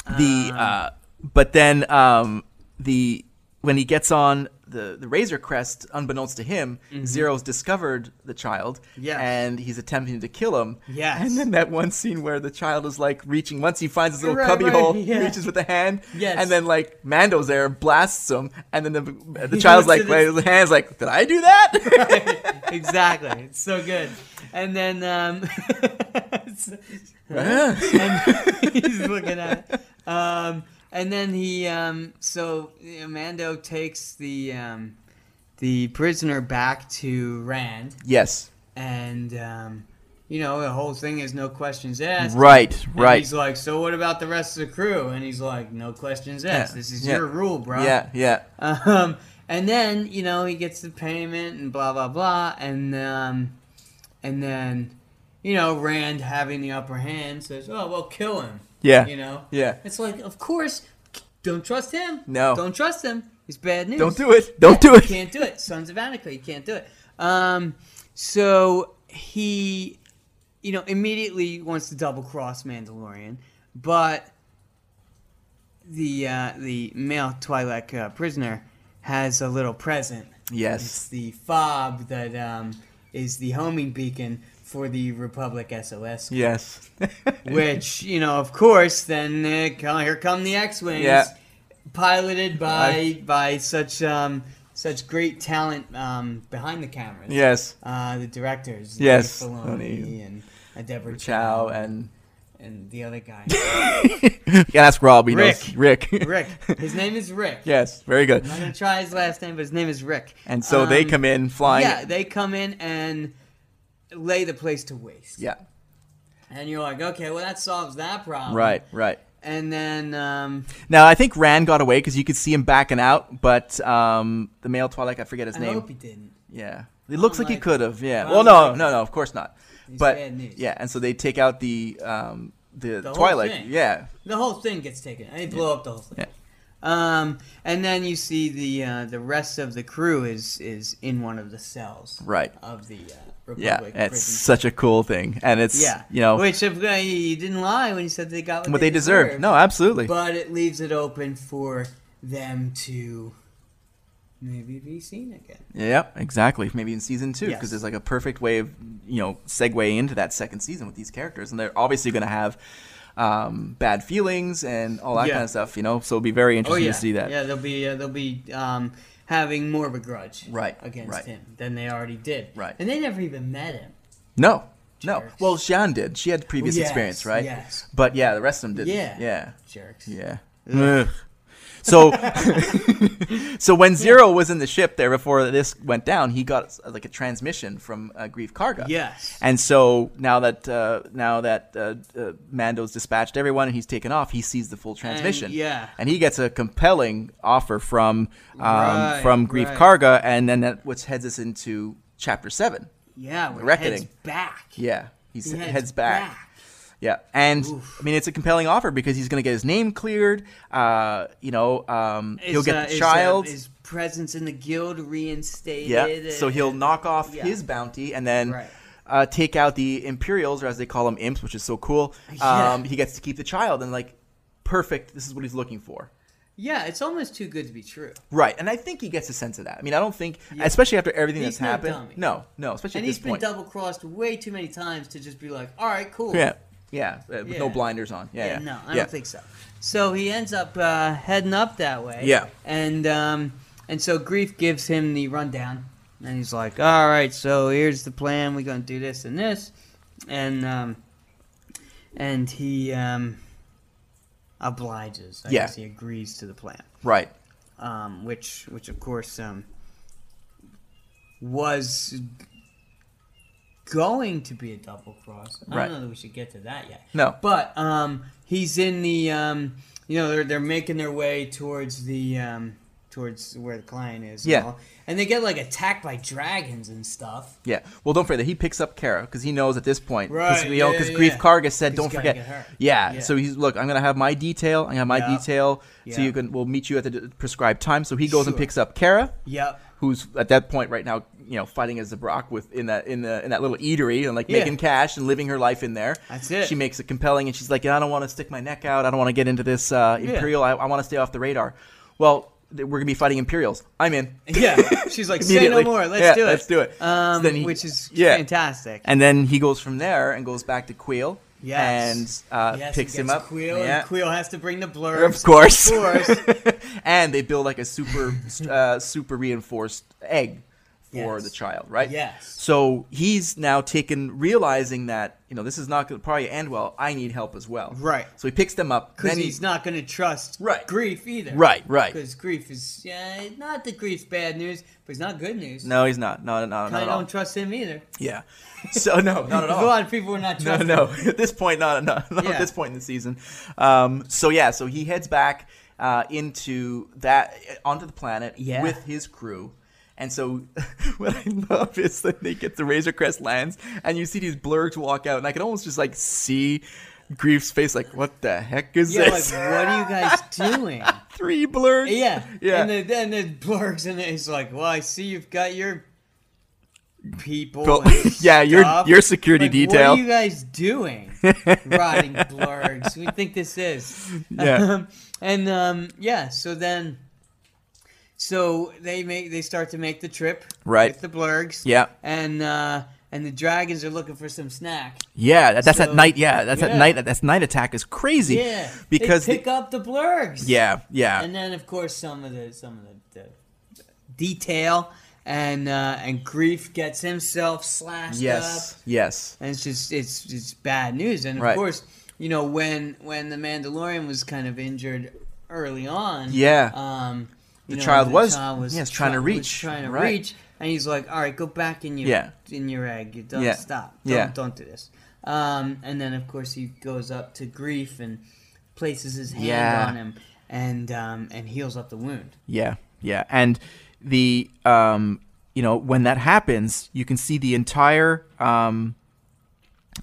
C: Um, the uh, but then um, the when he gets on the the Razor Crest, unbeknownst to him, Zero's discovered the child.
D: Mm-hmm. Yes.
C: And he's attempting to kill him.
D: Yes.
C: And then that one scene where the child is like reaching once he finds his little
D: Right,
C: cubby
D: right,
C: hole,
D: yeah.
C: reaches with a hand.
D: Yes.
C: And then like Mando's there, blasts him, and then the the
D: He
C: child's like,
D: looks at
C: wait,
D: his-
C: his hand's like, did I do that?
D: exactly. It's so good. And then um and he's looking at it. Um and then he um so Amando takes the um the prisoner back to Rand
C: yes.
D: and um you know the whole thing is no questions asked.
C: Right.
D: And
C: Right.
D: He's like, so what about the rest of the crew? And he's like, no questions asked. This is
C: yeah.
D: your rule, bro.
C: Yeah. Yeah.
D: Um, and then you know he gets the payment and blah blah blah, and um, and then you know Rand having the upper hand says, "Oh well, kill him."
C: Yeah.
D: You know.
C: Yeah.
D: It's like, of course, don't trust him.
C: No.
D: Don't trust him. He's bad news.
C: Don't do it. Don't do
D: You
C: it.
D: can't do it. Sons of Anarchy. You can't do it. Um, so he, you know, immediately wants to double cross Mandalorian, but the uh, the male Twi'lek uh, prisoner has a little present. It's
C: Yes.
D: the fob that um, is the homing beacon for the Republic SOS,
C: Yes.
D: which you know, of course, then uh, come- here come the X-wings
C: Yeah.
D: piloted by by such um such great talent um behind the cameras.
C: Yes.
D: Uh, the directors.
C: Yes,
D: Dave
C: Filoni.
D: Filoni and uh, Deborah
C: Chow
D: Chow
C: and
D: and the other guy.
C: yeah, that's Rob. He
D: Rick.
C: knows Rick.
D: Rick. His name is Rick.
C: yes, very good.
D: I'm gonna try his last name, but his name is Rick.
C: And so they
D: Um,
C: come in flying.
D: Yeah, they come in and lay the place to waste.
C: Yeah,
D: And you're like, okay, well that solves that problem.
C: Right. Right.
D: And then um
C: Now I think Rand got away because you could see him backing out, but um, the male Twilight, I forget his
D: I
C: name.
D: hope he didn't.
C: Yeah. It looks like he
D: like-
C: could have. Yeah.
D: I
C: Well,
D: don't
C: no,
D: like
C: no, no. Of course not.
D: He's
C: But
D: bad news.
C: yeah, and so they take out the um, the,
D: whole
C: Twilight.
D: thing.
C: Yeah.
D: The whole thing gets taken. They blow up the whole thing.
C: Yeah.
D: Um, and then you see the uh, the rest of the crew is is in one of the cells.
C: Right.
D: Of the uh,
C: Yeah.
D: Republic
C: it's
D: prison.
C: such a cool thing, and it's
D: Yeah.
C: you know
D: which if, uh, you didn't lie when you said they got what,
C: what they deserve. No, absolutely.
D: But it leaves it open for them to maybe be seen again.
C: Yeah, exactly. Maybe in season two, because
D: Yes.
C: there's like a perfect way of you know segue into that second season with these characters, and they're obviously going to have um, bad feelings and all that
D: Yeah.
C: kind of stuff. You know, so it'll be very
D: Oh
C: interesting
D: yeah.
C: to see that.
D: Yeah, they'll be uh, they'll be um, having more of a grudge
C: Right,
D: against
C: right.
D: him than they already did.
C: Right.
D: And they never even met him.
C: No, no.
D: Jerks.
C: Well, Shan did. She had previous
D: Yes,
C: experience, right?
D: yes.
C: But yeah, the rest of them didn't.
D: Yeah.
C: Yeah.
D: Jerks.
C: Yeah. Ugh. So, so when Zero was in the ship there before this went down, he got uh, like a transmission from uh, Grief Karga.
D: Yes.
C: And so now that uh, now that uh, uh, Mando's dispatched everyone and he's taken off, he sees the full transmission.
D: yeah.
C: And he gets a compelling offer from um,
D: Right,
C: from Grief
D: right.
C: Karga, and then that which heads us into Chapter Seven.
D: Yeah, when
C: Reckoning.
D: heads back.
C: Yeah, he s-
D: He
C: heads, back.
D: back.
C: Yeah, and I mean it's a compelling offer because he's going to get his name cleared. Uh, you know, um, he'll
D: His,
C: get
D: uh,
C: the
D: his, uh,
C: child.
D: His, presence in the guild reinstated.
C: yeah, so he'll
D: and-
C: knock off
D: yeah.
C: his bounty and then.
D: Right.
C: Uh, take out the Imperials, or as they call them, imps, which is so cool.
D: Yeah.
C: Um, He gets to keep the child, and like, perfect. This is what he's looking for.
D: Yeah, it's almost too good to be true.
C: Right, and I think he gets a sense of that. I mean, I don't think, especially after everything
D: He's
C: that's
D: no
C: happened.
D: dummy.
C: No, no, especially at
D: And
C: this
D: he's been
C: point.
D: double crossed way too many times to just be like, all right, cool.
C: yeah, yeah, uh, with no
D: Yeah.
C: blinders on. Yeah, yeah.
D: no, I
C: yeah.
D: don't think so. So he ends up uh, heading up that way.
C: Yeah.
D: And um, and so grief gives him the rundown, and he's like, "All right, so here's the plan. We're gonna do this and this," and um, and he um, obliges. I
C: Yeah.
D: guess he agrees to the plan,
C: Right.
D: um, which which of course um, was going to be a double cross. I
C: Right.
D: don't know that we should get to that yet.
C: No.
D: But um, he's in the um, you know they're they're making their way towards the um, towards where the client is. and
C: Yeah.
D: all. and they get like attacked by dragons and stuff.
C: Yeah. Well, don't forget that he picks up Kara because he knows at this point, Because
D: Right,
C: you know,
D: yeah,
C: 'cause
D: yeah,
C: Grief
D: yeah.
C: Karga said,
D: He's
C: "Don't
D: gotta
C: forget."
D: get her.
C: Yeah,
D: Yeah.
C: So he's look. I'm gonna have my detail. I have my
D: Yeah.
C: detail. So
D: Yeah.
C: you can. We'll meet you at the d- prescribed time. So he goes and
D: Sure.
C: picks up Kara.
D: Yep.
C: Who's at that point right now? You know, fighting as Zabrak with in that in the in that little eatery and like
D: Yeah.
C: making cash and living her life in there.
D: That's it.
C: She makes it compelling, and she's like, "I don't want to stick my neck out. I don't want to get into this uh,
D: Yeah.
C: imperial. I, I want to stay off the radar." Well, th- we're gonna be fighting imperials. I'm in.
D: Yeah. She's like, say no
C: Immediately.
D: more. Let's
C: Yeah,
D: do it.
C: let's do it. So
D: Um,
C: then he-
D: which is
C: yeah.
D: fantastic.
C: And then he goes from there and goes back to Queel.
D: Yes.
C: And uh,
D: Yes, he
C: picks him
D: gets
C: up.
D: Queel,
C: Yeah.
D: and Queel has to bring the blurbs.
C: Of course.
D: Of course.
C: and they build like a super, uh, super reinforced egg for
D: Yes.
C: the child, right?
D: Yes.
C: So he's now taken, realizing that, you know, this is not going to probably end well. I need help as well.
D: Right.
C: So he picks them up.
D: Because
C: then he-
D: he's not going to trust
C: Right.
D: grief either.
C: Right, right.
D: Because grief is yeah, not that grief's bad news, but it's not good news.
C: No, he's not. No, no, no, not
D: I
C: at
D: don't
C: all.
D: trust him either.
C: yeah. So, no, not at
D: There's
C: all.
D: a lot of people who are not
C: No,
D: trusting.
C: no. At this point, not, not, not
D: Yeah.
C: at this point in the season. Um, so yeah, so he heads back uh, into that uh, onto the planet
D: Yeah.
C: with his crew. And so, what I love is that they get the Razor Crest lands, and you see these blurs walk out, and I can almost just like see Grief's face, like, "What the heck is
D: Yeah, like,
C: this?"
D: what are you guys doing?
C: Three blurs.
D: yeah,
C: yeah.
D: And then- then it blurgs, and he's like, "Well, I see you've got your people.
C: Well,
D: and
C: yeah, your-
D: stuff."
C: your security
D: Like,
C: detail.
D: What are you guys doing, rotting blurgs? We think this is.
C: Yeah.
D: Um, and um, yeah, so then, so they make they start to make the trip
C: Right.
D: with the blurgs.
C: Yeah.
D: and uh, and the dragons are looking for some snack.
C: yeah. That, that's
D: So-
C: at night. Yeah, that's at
D: yeah.
C: night. That's night attack is crazy.
D: Yeah,
C: because
D: they
C: the-
D: pick up the blurgs.
C: yeah, yeah.
D: and then of course some of the some of the, the detail and uh, and grief gets himself slashed
C: yes,
D: up,
C: yes.
D: and it's just it's it's bad news. And of
C: Right.
D: course, you know when when the Mandalorian was kind of injured early on,
C: Yeah.
D: um, you
C: The child was-
D: child
C: yes, trying to
D: was
C: reach,
D: trying to
C: right.
D: reach, and he's like, all right, go back in your
C: Yeah.
D: in your egg, you don't
C: Yeah.
D: stop, don't,
C: Yeah.
D: don't do this. Um, and then of course he goes up to grief and places his hand
C: Yeah.
D: on him and um, and heals up the wound.
C: Yeah, yeah, and the um, you know, when that happens, you can see the entire um,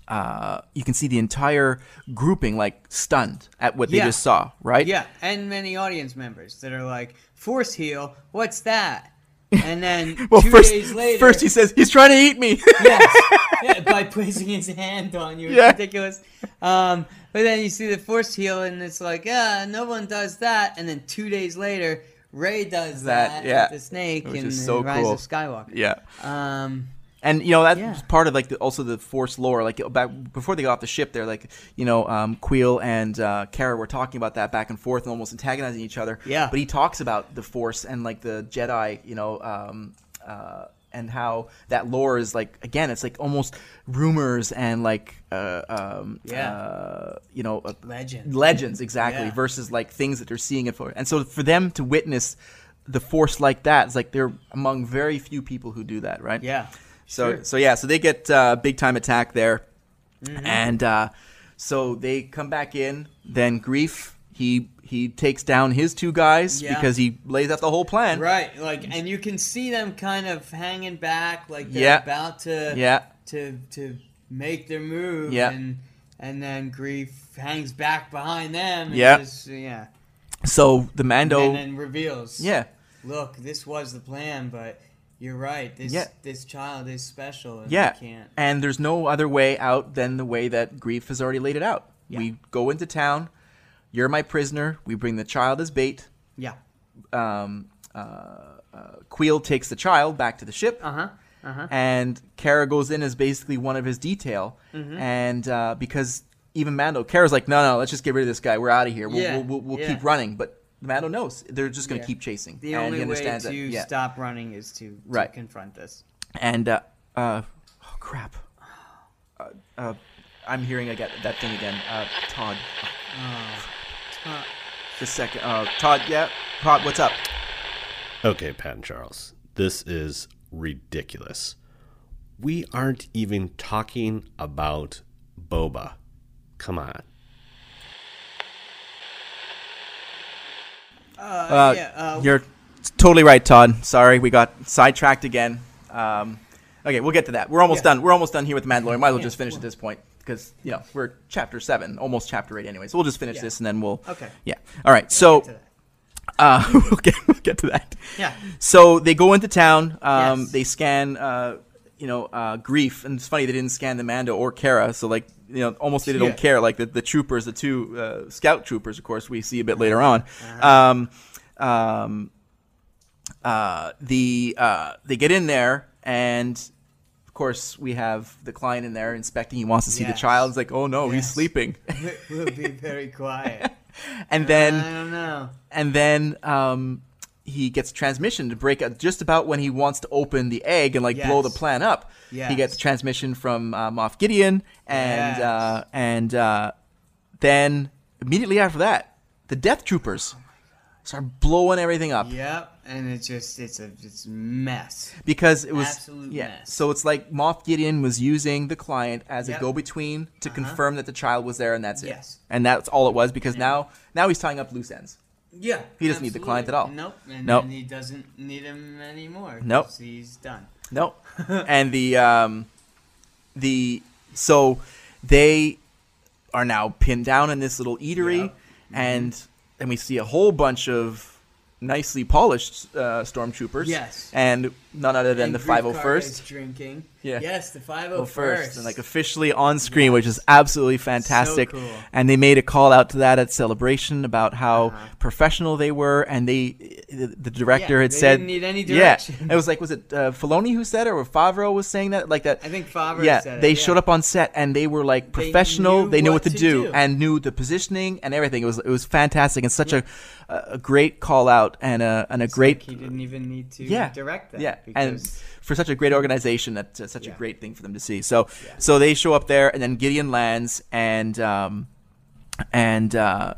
C: uh, you can see the entire grouping like stunned at what
D: Yeah.
C: they just saw, right?
D: Yeah, and many audience members that are like, "Force heal? What's that?" And then
C: Well,
D: two
C: first,
D: days later,
C: first he says he's trying to eat me.
D: yes, yeah, by placing his hand on you, it's
C: Yeah.
D: ridiculous. Um, but then you see the force heal, and it's like, ah, no one does that. And then two days later, Ray does that,
C: That, yeah.
D: with the snake
C: Which
D: in
C: is
D: the
C: so
D: Rise
C: cool.
D: of Skywalker.
C: yeah.
D: Um,
C: And you know that's
D: Yeah.
C: part of like the, also the force lore. Like back before they got off the ship, they're like you know um, Queel and uh, Kara were talking about that back and forth and almost antagonizing each other.
D: Yeah.
C: But he talks about the force and like the Jedi, you know, um, uh, and how that lore is like again, it's like almost rumors and like uh, um,
D: Yeah.
C: uh, you know uh,
D: Legend.
C: legends exactly
D: Yeah.
C: versus like things that they're seeing it for. And so for them to witness the force like that, it's like they're among very few people who do that, right?
D: Yeah.
C: So so yeah, so they get uh, big time attack there,
D: Mm-hmm.
C: and uh, so they come back in. Then grief he he takes down his two guys
D: Yeah.
C: because he lays out the whole plan.
D: Right, like, and you can see them kind of hanging back, like they're
C: Yeah.
D: about to,
C: Yeah.
D: to to make their move,
C: Yeah.
D: and and then grief hangs back behind them, and
C: Yeah.
D: just, yeah,
C: So the Mando.
D: and then reveals,
C: yeah.
D: look, this was the plan, but you're right, this
C: Yeah.
D: this child is special, and
C: Yeah.
D: we can't,
C: And there's no other way out than the way that Grief has already laid it out. We go into town. You're my prisoner. We bring the child as bait.
D: yeah,
C: Um, uh, uh, Queel takes the child back to the ship.
D: uh huh, uh huh,
C: And Kara goes in as basically one of his detail.
D: Mm-hmm.
C: And uh, because even Mando, Kara's like, no, no, let's just get rid of this guy. We're out of here. We'll,
D: Yeah,
C: we'll, we'll, we'll
D: yeah.
C: keep running. But Mando knows. They're just going to
D: Yeah.
C: keep chasing.
D: the
C: and he
D: only way
C: understands
D: to
C: that. Yeah.
D: stop running is to, to
C: Right.
D: confront this,
C: and uh, uh oh crap uh, uh, i'm hearing i got that thing again uh todd
D: Todd.
C: just a second uh todd yeah todd what's up
E: Okay, Pat and Charles, this is ridiculous. We aren't even talking about boba. Come on.
C: uh,
D: yeah, uh,
C: you're totally right todd sorry we got sidetracked again um okay we'll get to that we're almost done we're almost done here with the mandalorian might as well just finish at this point because you know we're chapter seven almost chapter eight anyway so we'll just finish this and then we'll
D: Okay.
C: yeah all right so
D: to that.
C: uh we'll get, we'll get to that
D: yeah,
C: So they go into town. Um,
D: Yes.
C: They scan, uh, you know, uh, grief, and it's funny they didn't scan the Mando or Kara. So like, you know, almost they don't
D: Yeah.
C: care. Like the, the troopers, the two uh, scout troopers, of course, we see a bit later on.
D: Uh-huh.
C: Um, um, uh, the uh, they get in there, and of course we have the client in there inspecting. He wants to see the
D: Yes.
C: child. He's like, oh no, he's
D: Yes.
C: sleeping.
D: we'll be very quiet.
C: and then
D: I don't know.
C: and then um, he gets transmission to break out just about when he wants to open the egg and like blow the
D: Yes.
C: plan up. He
D: Yes.
C: gets transmission from uh, Moff Gideon, and
D: Yes.
C: uh, and uh, then immediately after that, the Death
D: Oh
C: Troopers start blowing everything up
D: Yep, and it's just it's a it's a mess.
C: because it was
D: Absolute
C: yeah.
D: mess.
C: So it's like Moff Gideon was using the client as a
D: Yep. Uh-huh.
C: go-between to confirm that the child was there, and that's it.
D: Yes.
C: And that's all it was because now now he's tying up loose ends.
D: Yeah,
C: He doesn't need the client at all.
D: Nope, and,
C: Nope.
D: and he doesn't need him anymore.
C: Nope.
D: 'cause he's done.
C: No. and the um, the so they are now pinned down in this little eatery,
D: Mm-hmm.
C: and and we see a whole bunch of nicely polished uh, stormtroopers.
D: Yes.
C: And none other than
D: And
C: the
D: Grief
C: five hundred
D: Karga is
C: first.
D: drinking.
C: Yeah.
D: Yes, the five
C: Oh,
D: hundred
C: first
D: first.
C: and like officially on screen, which is absolutely fantastic.
D: cool.
C: And they made a call out to that at celebration about how professional they were, and they the, the director
D: Uh-huh.
C: had
D: Yeah, they
C: said
D: didn't need any direction.
C: Yeah, it was like was it uh, Filoni who said it or Favreau was saying that like that.
D: I think Favreau
C: Yeah,
D: said it,
C: they
D: yeah.
C: showed up on set and they were like professional.
D: knew
C: They knew what,
D: what
C: to,
D: to
C: do,
D: do.
C: and knew the positioning and everything. It was it was fantastic and such a a- a great call out and a and a great
D: he didn't even need to
C: yeah.
D: direct that.
C: Yeah,
D: because
C: and for such a great organization, that's uh, such a
D: Yeah.
C: great thing for them to see. So, so they show up there, and then Gideon lands, and um, and uh,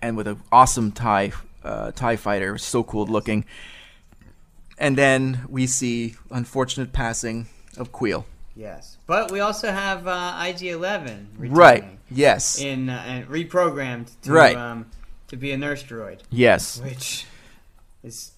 C: and with an awesome tie uh, tie fighter, so cool looking. And then we see unfortunate passing of Queel.
D: yes, but we also have uh, IG Eleven
C: Right. Yes.
D: in uh, Mm-hmm. and reprogrammed to
C: Right.
D: um, to be a nurse droid,
C: yes.
D: which is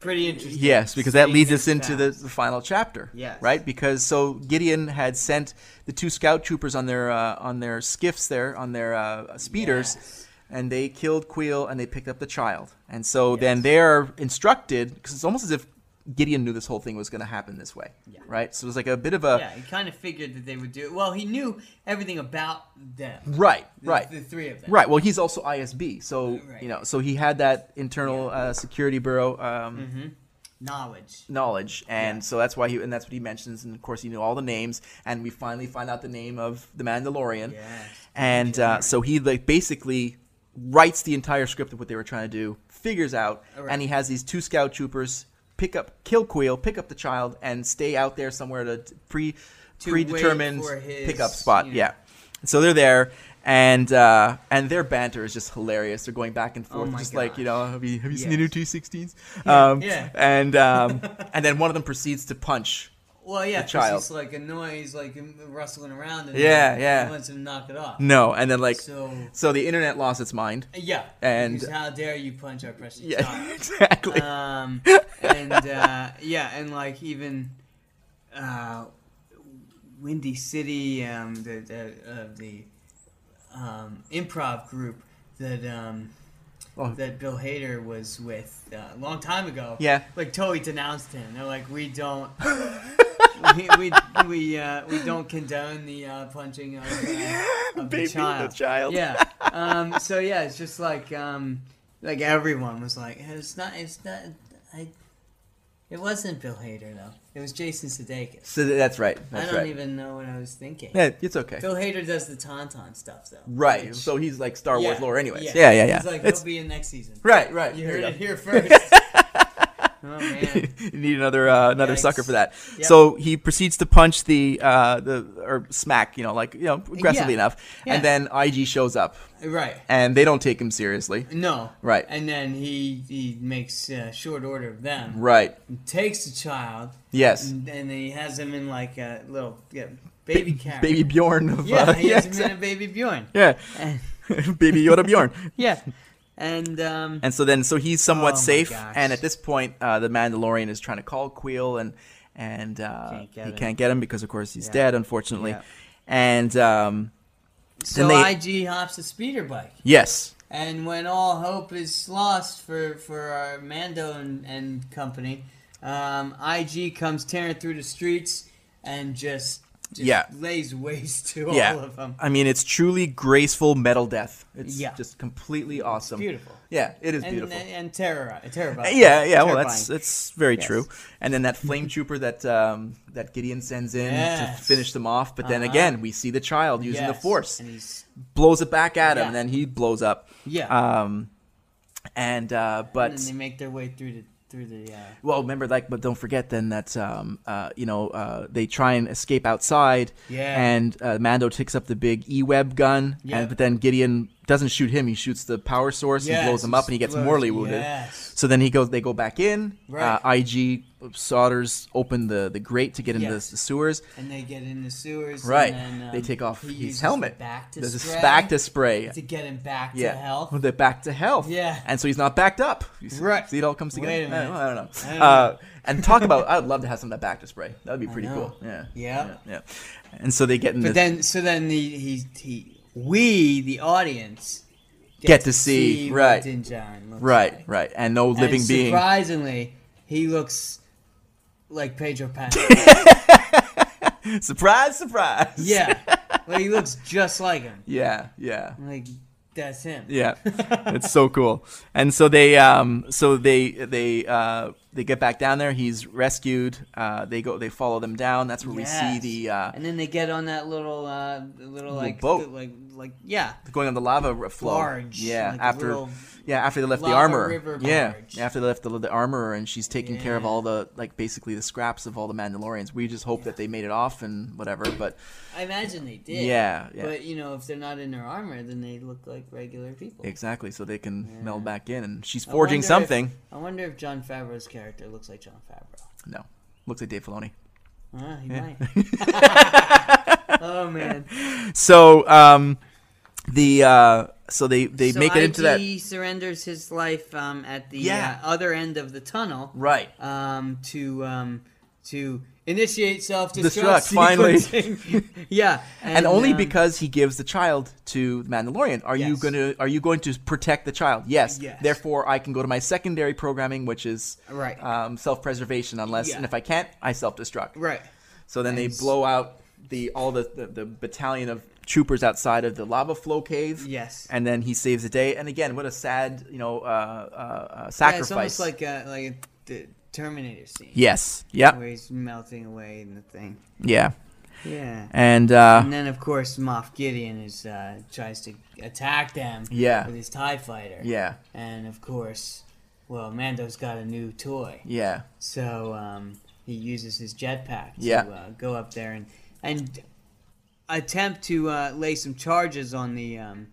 D: pretty interesting.
C: Yes, because that leads us
D: Speaking of
C: into the,
D: sounds.
C: the final chapter.
D: Yes.
C: Right, because so Gideon had sent the two scout troopers on their uh, on their skiffs there on their uh, speeders,
D: Yes.
C: and they killed Queel and they picked up the child, and so then they're instructed because it's almost as if Gideon knew this whole thing was going to happen this way.
D: Yeah.
C: Right, so it was like a bit of a
D: Yeah, he kind of figured that they would do it. Well, he knew everything about them.
C: right,
D: The,
C: right.
D: The three of them.
C: Right. Well, he's also ISB, so
D: Right.
C: you know, so he had that internal uh, security bureau um,
D: Mm-hmm. Knowledge.
C: knowledge and so that's why he and that's what he mentions and of course he knew all the names and we finally find out the name of the mandalorian
D: Yes.
C: and uh, so he like basically writes the entire script of what they were trying to do figures out
D: Alright.
C: and he has these two scout troopers pick up, kill Quill, pick up the child, and stay out there somewhere to pre
D: To
C: predetermined
D: wait for his,
C: pickup spot.
D: you know.
C: Yeah. So they're there, and uh, and their banter is just hilarious. They're going back and forth,
D: Oh my
C: just like you know, have you have you seen the
D: Yes.
C: new two sixteens? Um,
D: yeah.
C: And um, and then one of them proceeds to punch.
D: Well, yeah,
C: the
D: because
C: child.
D: he's like annoyed, he's like um, rustling around, and
C: Yeah,
D: he
C: yeah.
D: wants him to knock it off.
C: No, and then like so,
D: So
C: the internet lost its mind.
D: yeah,
C: And-
D: because how dare you punch our precious
C: Yeah,
D: child?
C: exactly.
D: Um, and uh, yeah, and like even uh, Windy City, um, the the, uh, the um, improv group that um,
C: Oh.
D: that Bill Hader was with uh, a long time ago.
C: Yeah.
D: like totally denounced him. They're like, we don't. we we we, uh, we don't condone the uh, punching of, uh, of the child.
C: child.
D: Yeah. Um, so yeah, it's just like um, like everyone was like, it's not, it's not, I. It wasn't Bill Hader though. It was Jason Sudeikis.
C: So th- that's right. That's
D: I don't
C: right.
D: even know what I was thinking.
C: Yeah, it's okay.
D: Bill Hader does the Tauntaun stuff though.
C: right.
D: which-
C: So he's like Star Wars lore, anyways. Yeah,
D: Yeah,
C: yeah, yeah.
D: He's like,
C: It's-
D: he'll be in next season.
C: right, right.
D: You
C: There
D: heard
C: you
D: it
C: go.
D: here first. oh man.
C: you need another uh, another
D: Yikes.
C: sucker for that.
D: Yep.
C: So he proceeds to punch the uh, the or smack, you know, like you know, aggressively
D: Yeah.
C: enough,
D: Yeah.
C: and then IG shows up,
D: Right.
C: and they don't take him seriously.
D: No.
C: Right.
D: And then he he makes uh, short order of them.
C: Right.
D: Takes the child.
C: Yes.
D: And, and he has him in like a little yeah, baby carriage.
C: Baby Bjorn of
D: Yeah,
C: uh,
D: he
C: yeah,
D: has him
C: exact-
D: in a baby Bjorn.
C: yeah.
D: And,
C: baby Yoda Bjorn.
D: yeah. And um
C: And so then, so he's somewhat
D: Oh my
C: safe.
D: gosh.
C: And at this point, uh, the Mandalorian is trying to call Quill, and and uh,
D: Can't get
C: he
D: him.
C: can't get him because, of course, he's
D: Yeah.
C: dead, unfortunately.
D: Yeah.
C: And um,
D: so
C: they-
D: IG hops a speeder bike.
C: yes,
D: And when all hope is lost for for our Mando and, and company, um, IG comes tearing through the streets and just, just
C: Yeah.
D: lays waste to
C: yeah.
D: all of them.
C: I mean, it's truly graceful metal death. It's
D: Yeah.
C: just completely awesome.
D: beautiful.
C: Yeah, it is
D: and,
C: beautiful. Uh,
D: And, and terror, terror.
C: yeah, yeah. Well, that's that's very
D: Yes.
C: true. And then that flame trooper that um, that Gideon sends in to
D: Yes.
C: finish them off. But then
D: Uh-huh.
C: again, we see the child using the
D: Yes.
C: force.
D: And he's,
C: blows it back at him,
D: Yeah.
C: and then he blows up.
D: Yeah.
C: Um, and uh, but
D: and then they make their way through the through the. Uh,
C: well, remember like, but don't forget then that um, uh, you know uh, they try and escape outside.
D: Yeah.
C: And uh, Mando takes up the big E web gun,
D: Yeah.
C: and but then Gideon doesn't shoot him; he shoots the power source and
D: Yes,
C: blows him up, and he gets
D: explodes.
C: mortally wounded.
D: Yes.
C: So then he goes. They go back in.
D: Right.
C: Uh, IG solders open the the grate to get into
D: Yes.
C: the sewers.
D: and they get in the sewers.
C: Right.
D: And then, um,
C: they take off
D: he
C: his
D: uses
C: helmet.
D: The back to
C: There's a
D: spray
C: back to spray.
D: to get him back to health.
C: Well, They're back to health.
D: Yeah.
C: And so he's not backed up. You see,
D: Right.
C: See, it all comes together.
D: Wait a minute.
C: I, don't, I don't know.
D: I don't
C: Uh, and talk about, I'd love to have some of that back to spray. That would be pretty
D: know.
C: cool. Yeah.
D: Yeah.
C: Yeah. yeah. And so they get in
D: But
C: this-
D: then, so then the, he, he, we, the audience,
C: Get to see, right.
D: what Din Djarin looks
C: Right,
D: like.
C: right. And no living
D: and
C: being.
D: Surprisingly, he looks like Pedro Pascal.
C: Surprise, surprise.
D: yeah, like he looks just like him.
C: Yeah, yeah.
D: Like that's him.
C: Yeah, it's so cool. And so they, um, so they, they, uh, they get back down there. He's rescued. Uh, they go, they follow them down. That's where we
D: Yes.
C: see the uh,
D: And then they get on that little, uh, little like
C: boat.
D: like like yeah,
C: going on the lava r- flow.
D: Barge,
C: yeah,
D: like a
C: after
D: little
C: yeah after they left the
D: lava
C: armor.
D: river
C: yeah,
D: barge.
C: after they left the, the armor, and she's taking care of
D: Yeah.
C: all the like basically the scraps of all the Mandalorians. We just hope that they made it off and whatever. But
D: I imagine they did.
C: Yeah, yeah.
D: But you know, if they're not in their armor, then they look like regular people.
C: exactly, so they can meld back in, and she's
D: I
C: forging
D: wonder if-
C: something.
D: I wonder if John Favreau's character looks like John Favreau.
C: No, looks like Dave Filoni.
D: Ah, he might. oh man!
C: So um, the uh, so they they
D: So
C: make it into that
D: IG surrenders his life um, at the
C: Yeah.
D: uh, other end of the tunnel,
C: right.
D: Um, to um, to initiate
C: Destruct,
D: self-destruct.
C: finally.
D: sequencing. yeah,
C: and only
D: um,
C: because he gives the child to the Mandalorian. Are you
D: Yes.
C: going to are you going to protect the child? Yes.
D: Yes.
C: Therefore, I can go to my secondary programming, which is
D: Right.
C: um, self preservation. Unless
D: Yeah.
C: and if I can't, I self destruct.
D: right.
C: So then they
D: And s-
C: blow out the all the, the the battalion of troopers outside of the lava flow cave.
D: Yes.
C: And then he saves the day. And again, what a sad you know uh, uh, uh,
D: Yeah, it's
C: sacrifice.
D: almost like a, like a the Terminator scene.
C: yes. Yep.
D: Where he's melting away in the thing.
C: Yeah.
D: Yeah.
C: And uh,
D: And then, of course, Moff Gideon is uh, tries to attack them
C: Yeah.
D: with his Tie Fighter.
C: yeah.
D: And of course, well, Mando's got a new toy.
C: Yeah.
D: So um, he uses his jetpack to
C: Yeah.
D: uh, go up there and and attempt to uh, lay some charges on the um,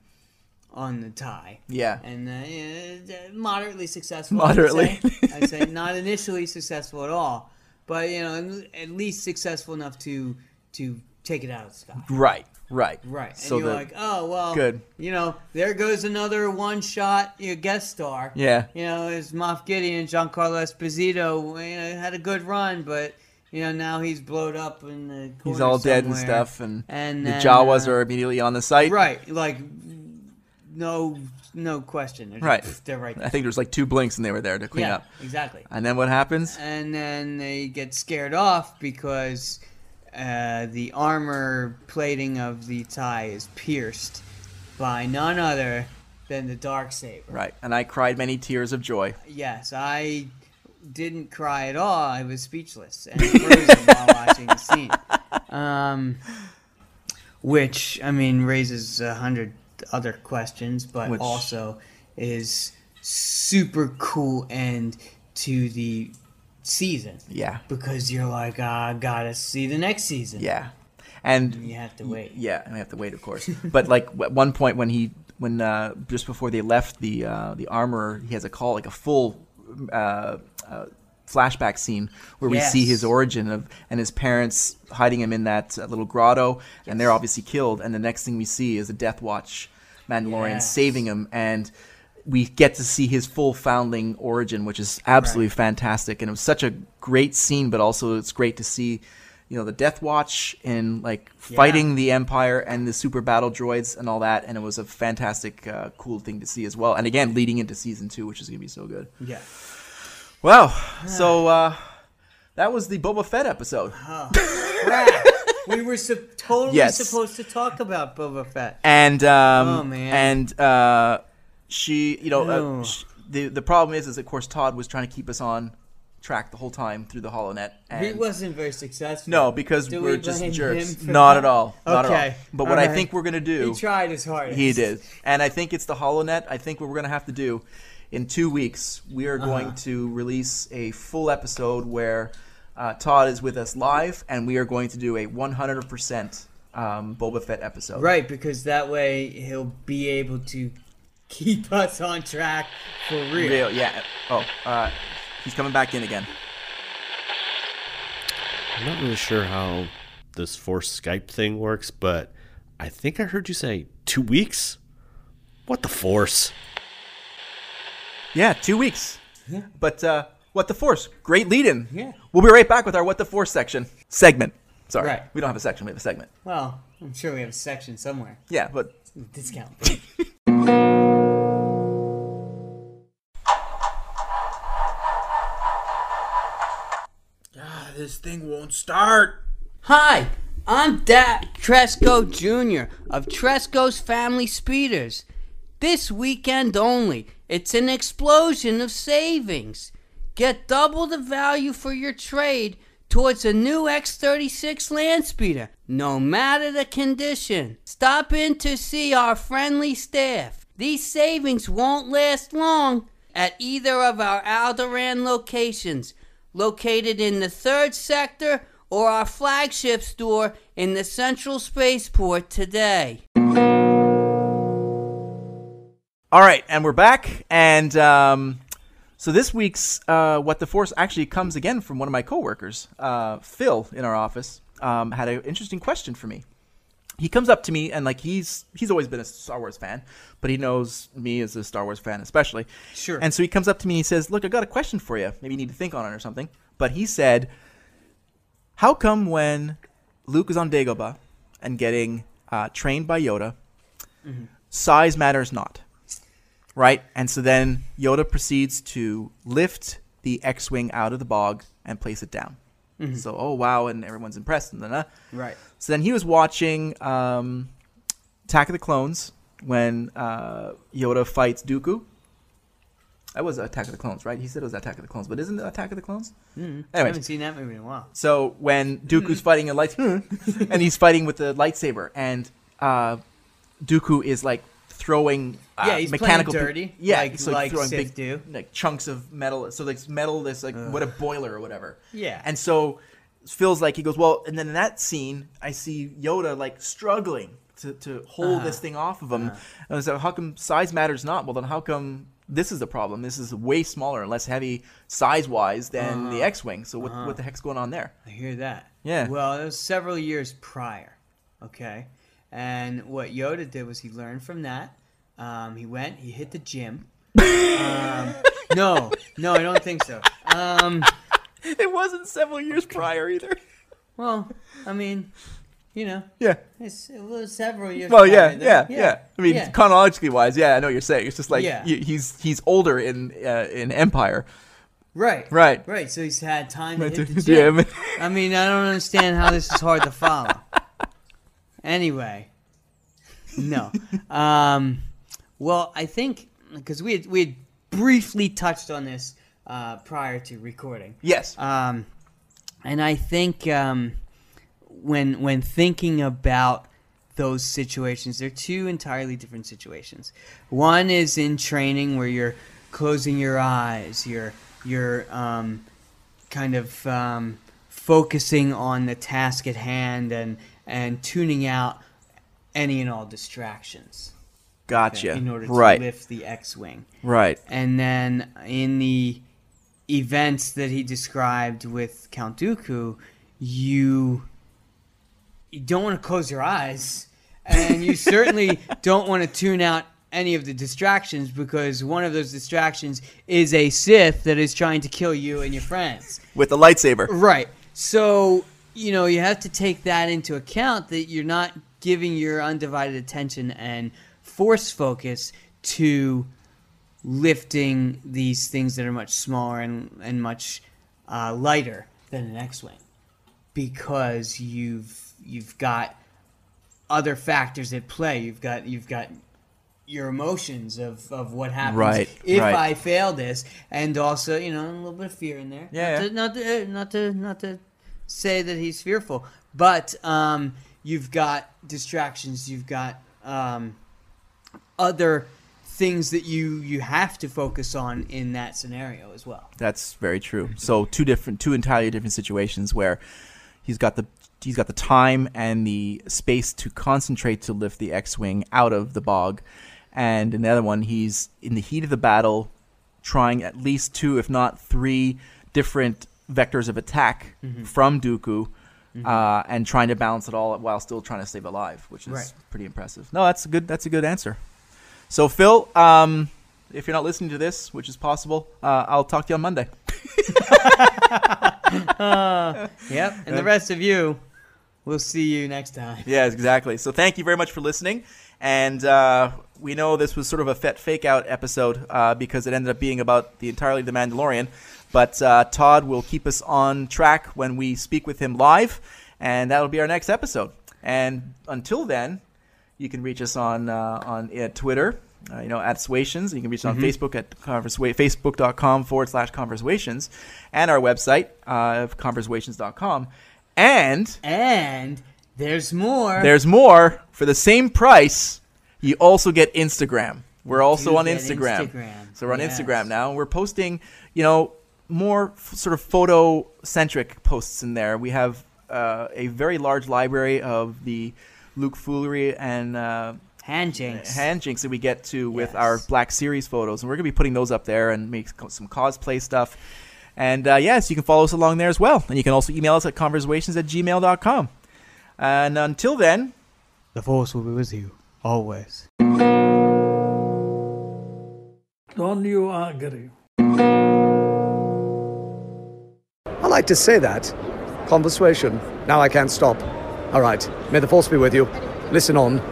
D: on the tie.
C: Yeah.
D: And uh, yeah, moderately successful.
C: Moderately.
D: I'd say. I'd say not initially successful at all, but you know at least successful enough to to take it out of the sky.
C: Right. Right.
D: Right.
C: So
D: and you're
C: the-
D: like, oh well,
C: Good.
D: You know, there goes another one-shot you know, guest star.
C: Yeah.
D: You know, it's Moff Gideon, Giancarlo Esposito. You know, had a good run, but you know now he's blowed up in the corner
C: He's all dead and
D: somewhere.
C: stuff, and,
D: And
C: the
D: then,
C: Jawas
D: uh,
C: are immediately on the site.
D: right. Like, no, no question. They're just-
C: Right.
D: They're right.
C: I
D: There.
C: think there's like two blinks, and they were there to clean
D: yeah. Uh,
C: up.
D: Exactly.
C: And then what happens?
D: and then they get scared off because uh, the armor plating of the tie is pierced by none other than the dark saber.
C: Right. And I cried many tears of joy.
D: Yes, I didn't cry at all. I was speechless and frozen while watching the scene. Um, which I mean raises a hundred other questions, but
C: Which-
D: also is super cool end to the season
C: Yeah.
D: because you're like, "Ah, I gotta see the next season.
C: Yeah. And
D: You have to wait.
C: Yeah, and we have to wait, of course. but like w- at one point when he, when uh, just before they left the uh, the armorer, he has a call, like a full uh, uh, flashback scene where we see
D: Yes.
C: his origin of and his parents hiding him in that uh, little grotto, and they're obviously killed. And the next thing we see is a Death Watch Mandalorian
D: Yes.
C: saving him and. We get to see his full foundling origin, which is absolutely fantastic, and it was such a great scene. But also, it's great to see, you know, the Death Watch and like fighting the Empire and the super battle droids and all that, and it was a fantastic, uh, cool thing to see as well. And again, leading into season two, which is gonna be so good.
D: Yeah.
C: Wow. So uh, that was the Boba Fett episode,
D: Crap. we were sup totally
C: Yes.
D: supposed to talk about Boba Fett.
C: and um,
D: Oh, man.
C: and uh, she, you know, uh,
D: No.
C: sh the the problem is, is of course Todd was trying to keep us on track the whole time through the Holonet. And
D: He wasn't very successful.
C: No, because
D: Do
C: we're
D: we
C: just
D: blame him
C: jerks.
D: for
C: Not at
D: that?
C: all. Not at all.
D: Okay.
C: But
D: All
C: what I
D: right.
C: think we're gonna do
D: He tried his hardest.
C: He did. And I think it's the HoloNet. I think what we're going to have to do in two weeks, we are
D: Uh-huh.
C: going to release a full episode where uh, Todd is with us live, and we are going to do a 100% um, Boba Fett episode.
D: Right, because that way he'll be able to keep us on track for real.
C: Real, yeah. Oh, uh, he's coming back in again.
E: I'm not really sure how this force Skype thing works, but I think I heard you say two weeks. What the force?
C: Yeah, two weeks. Yeah. But uh, What the Force, great lead in.
D: Yeah.
C: We'll be right back with our What the Force section. Segment. Sorry.
D: Right.
C: We don't have a section, we have a segment.
D: Well, I'm sure we have a section somewhere.
C: Yeah, but
D: Discount.
G: This thing won't start.
D: Hi, I'm Dak Tresco Jr. of Tresco's Family Speeders. This weekend only, it's an explosion of savings. Get double the value for your trade towards a new X36 Land Speeder, no matter the condition. Stop in to see our friendly staff. These savings won't last long at either of our Alderan locations located in the third sector or our flagship store in the central spaceport today.
C: All right, and we're back. And um, so this week's uh, What the Force actually comes again from one of my coworkers, uh, Phil, in our office, um, had an interesting question for me. He comes up to me and like he's he's always been a Star Wars fan, but he knows me as a Star Wars fan especially.
D: Sure.
C: And so he comes up to me and he says, "Look, I got a question for you. Maybe you need to think on it or something." But he said, "How come when Luke is on Dagobah and getting uh, trained by Yoda, size matters not?" right? And so then Yoda proceeds to lift the X-wing out of the bog and place it down. So oh wow, and everyone's impressed. And then, uh,
D: Right.
C: So then he was watching um, Attack of the Clones when uh, Yoda fights Dooku. That was Attack of the Clones, right? He said it was Attack of the Clones, but isn't it Attack of the Clones? Mm-hmm.
D: I
C: Anyways,
D: haven't seen that movie in a while.
C: so when
D: Hmm.
C: Dooku's fighting a light, and he's fighting with the lightsaber, and uh, Dooku is like throwing uh,
D: Yeah, he's playing
C: mechanical
D: dirty,
C: yeah,
D: like-
C: he's, like,
D: like
C: throwing
D: Sif
C: big
D: do.
C: like chunks of metal. So like metal that's like what a boiler or whatever.
D: Yeah.
C: And so Phil's like he goes well, and then in that scene I see Yoda like struggling to to hold this thing off of him. And I was like, how come size matters not? Well, then how come this is the problem? This is way smaller and less heavy size wise than the X-wing. So what what the heck's going on there?
D: I hear that.
C: Yeah.
D: Well, it was several years prior. Okay. And what Yoda did was he learned from that. Um, he went, he hit the gym. um, no, no, I don't think so. Um,
C: It wasn't several years prior either.
D: well, I mean, you know,
C: Yeah.
D: it's, it was several years
C: Well,
D: prior
C: yeah,
D: to
C: yeah,
D: that.
C: yeah, I mean,
D: yeah.
C: chronologically wise, yeah, I know what you're saying. It's just like
D: Yeah.
C: y he's he's older in uh, in Empire,
D: right.
C: Right.
D: Right. So he's had time to hit the
C: Yeah,
D: gym.
C: I mean-
D: I mean, I don't understand how this is hard to follow. Anyway, no. Um, well, I think because we had, we had briefly touched on this uh, prior to recording,
C: yes,
D: um, and I think um, when when thinking about those situations, they're two entirely different situations. One is in training where you're closing your eyes, you're you're um, kind of um, focusing on the task at hand and and tuning out any and all distractions
C: gotcha.
D: in order to
C: right,
D: lift the X-wing.
C: right,
D: And then in the events that he described with Count Dooku, you you don't want to close your eyes, and you certainly don't want to tune out any of the distractions because one of those distractions is a Sith that is trying to kill you and your friends.
C: with the lightsaber.
D: Right. So, you know, you have to take that into account that you're not giving your undivided attention and force focus to lifting these things that are much smaller and, and much uh, lighter than an X-wing because you've you've got other factors at play. You've got you've got your emotions of, of what happens
C: Right,
D: if
C: right.
D: I fail this, and also you know a little bit of fear in there.
C: Yeah, yeah.
D: Not to, eh, not to not to not to say that he's fearful, but um, you've got distractions. You've got um, other things that you you have to focus on in that scenario as well.
C: That's very true. So two different, two entirely different situations where he's got the he's got the time and the space to concentrate to lift the X-wing out of the bog, and in the other one, he's in the heat of the battle, trying at least two, if not three, different vectors of attack
D: Mm-hmm.
C: from Dooku. Uh, and trying to balance it all while still trying to save alive, which is
D: Right.
C: pretty impressive. No, that's a good. That's a good answer. So Phil, um, if you're not listening to this, which is possible, uh, I'll talk to you on Monday.
D: Yep. And the rest of you, we'll see you next time.
C: Yeah, exactly. So thank you very much for listening. And uh, we know this was sort of a fet fake out episode uh, because it ended up being about the entirely the Mandalorian. But uh, Todd will keep us on track when we speak with him live, and that'll be our next episode. And until then, you can reach us on uh, on uh, Twitter, uh, you know, at Suations. You can reach us on Facebook at conversa- facebook.com forward slash conversations, and our website uh, of conversations.com. And
D: And there's more.
C: there's more for the same price. You also get Instagram. We're also
D: do
C: on
D: get
C: Instagram.
D: Instagram,
C: So we're on
D: yes.
C: Instagram now. and We're posting, you know, more f- sort of photo centric posts in there. We have uh, a very large library of the Luke Foolery and uh,
D: hand jinx.
C: hand jinks that we get to with
D: Yes.
C: our Black Series photos. And we're going to be putting those up there and make co- some cosplay stuff. And uh, yes, you can follow us along there as well. And you can also email us at conversations at gmail.com. And until then,
D: the force will be with you always.
F: Don't you agree?
A: I like to say that. Conversation. Now I can't stop. All right. May the force be with you. Listen on.